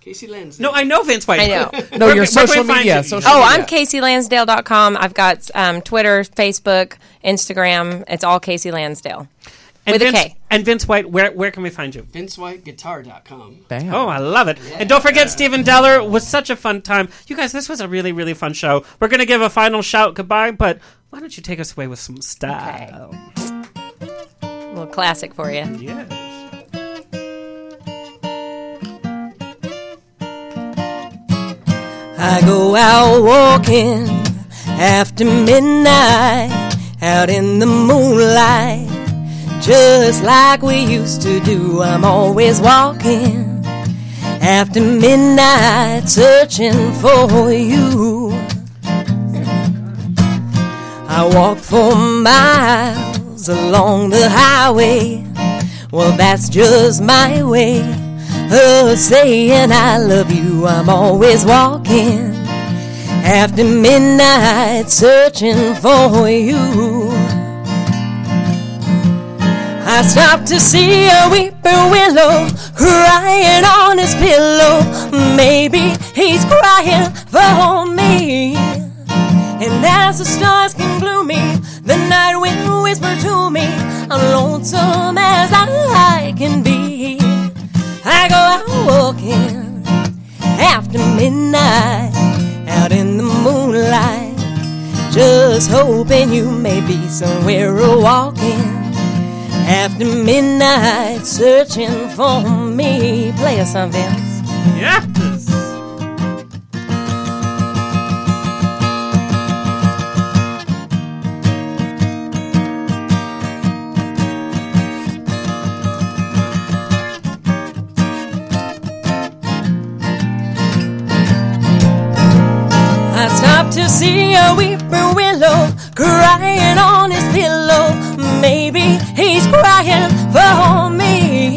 Casey Lindsay. no, I know Vince White. I know. No, your social we find media, you? social Oh, I'm CaseyLansdale.com. I've got um, Twitter, Facebook, Instagram. It's all Casey Lansdale. and with Vince, a K. And Vince White, where where can we find you? VinceWhiteGuitar.com. Oh, I love it. And don't forget, Stephen Deller was such a fun time. You guys, this was a really, really fun show. We're going to give a final shout goodbye, but why don't you take us away with some style? A little classic for you. Yes. I go out walking after midnight, out in the moonlight, just like we used to do. I'm always walking after midnight, searching for you. I walk for miles along the highway. Well, that's just my way of Oh, saying I love you. I'm always walking after midnight, searching for you. I stopped to see a weeping willow crying on his pillow. Maybe he's crying for me. And as the stars can glue me, the night wind whisper to me, I'm lonesome as I can be. I go out walking after midnight, out in the moonlight, just hoping you may be somewhere walking after midnight, searching for me. Play us something. Yes. I stopped to see a weeping willow crying on his pillow. Maybe he's crying for me.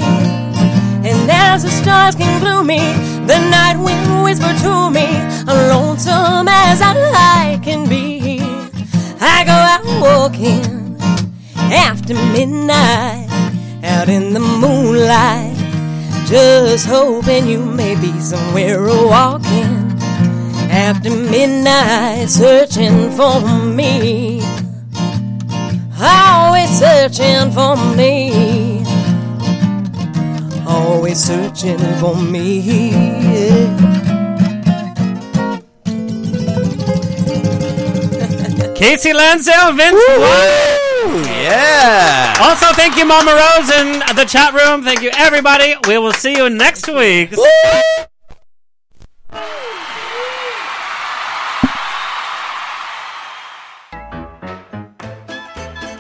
And as the stars can glue me, the night wind whisper to me, lonesome as I can be. I go out walking after midnight, out in the moonlight, just hoping you may be somewhere walking after midnight searching for me. Always searching for me. Always searching for me. Casey Lansdale, Vince White. Yeah. Also, thank you, Mama Rose, in the chat room. Thank you, everybody. We will see you next week.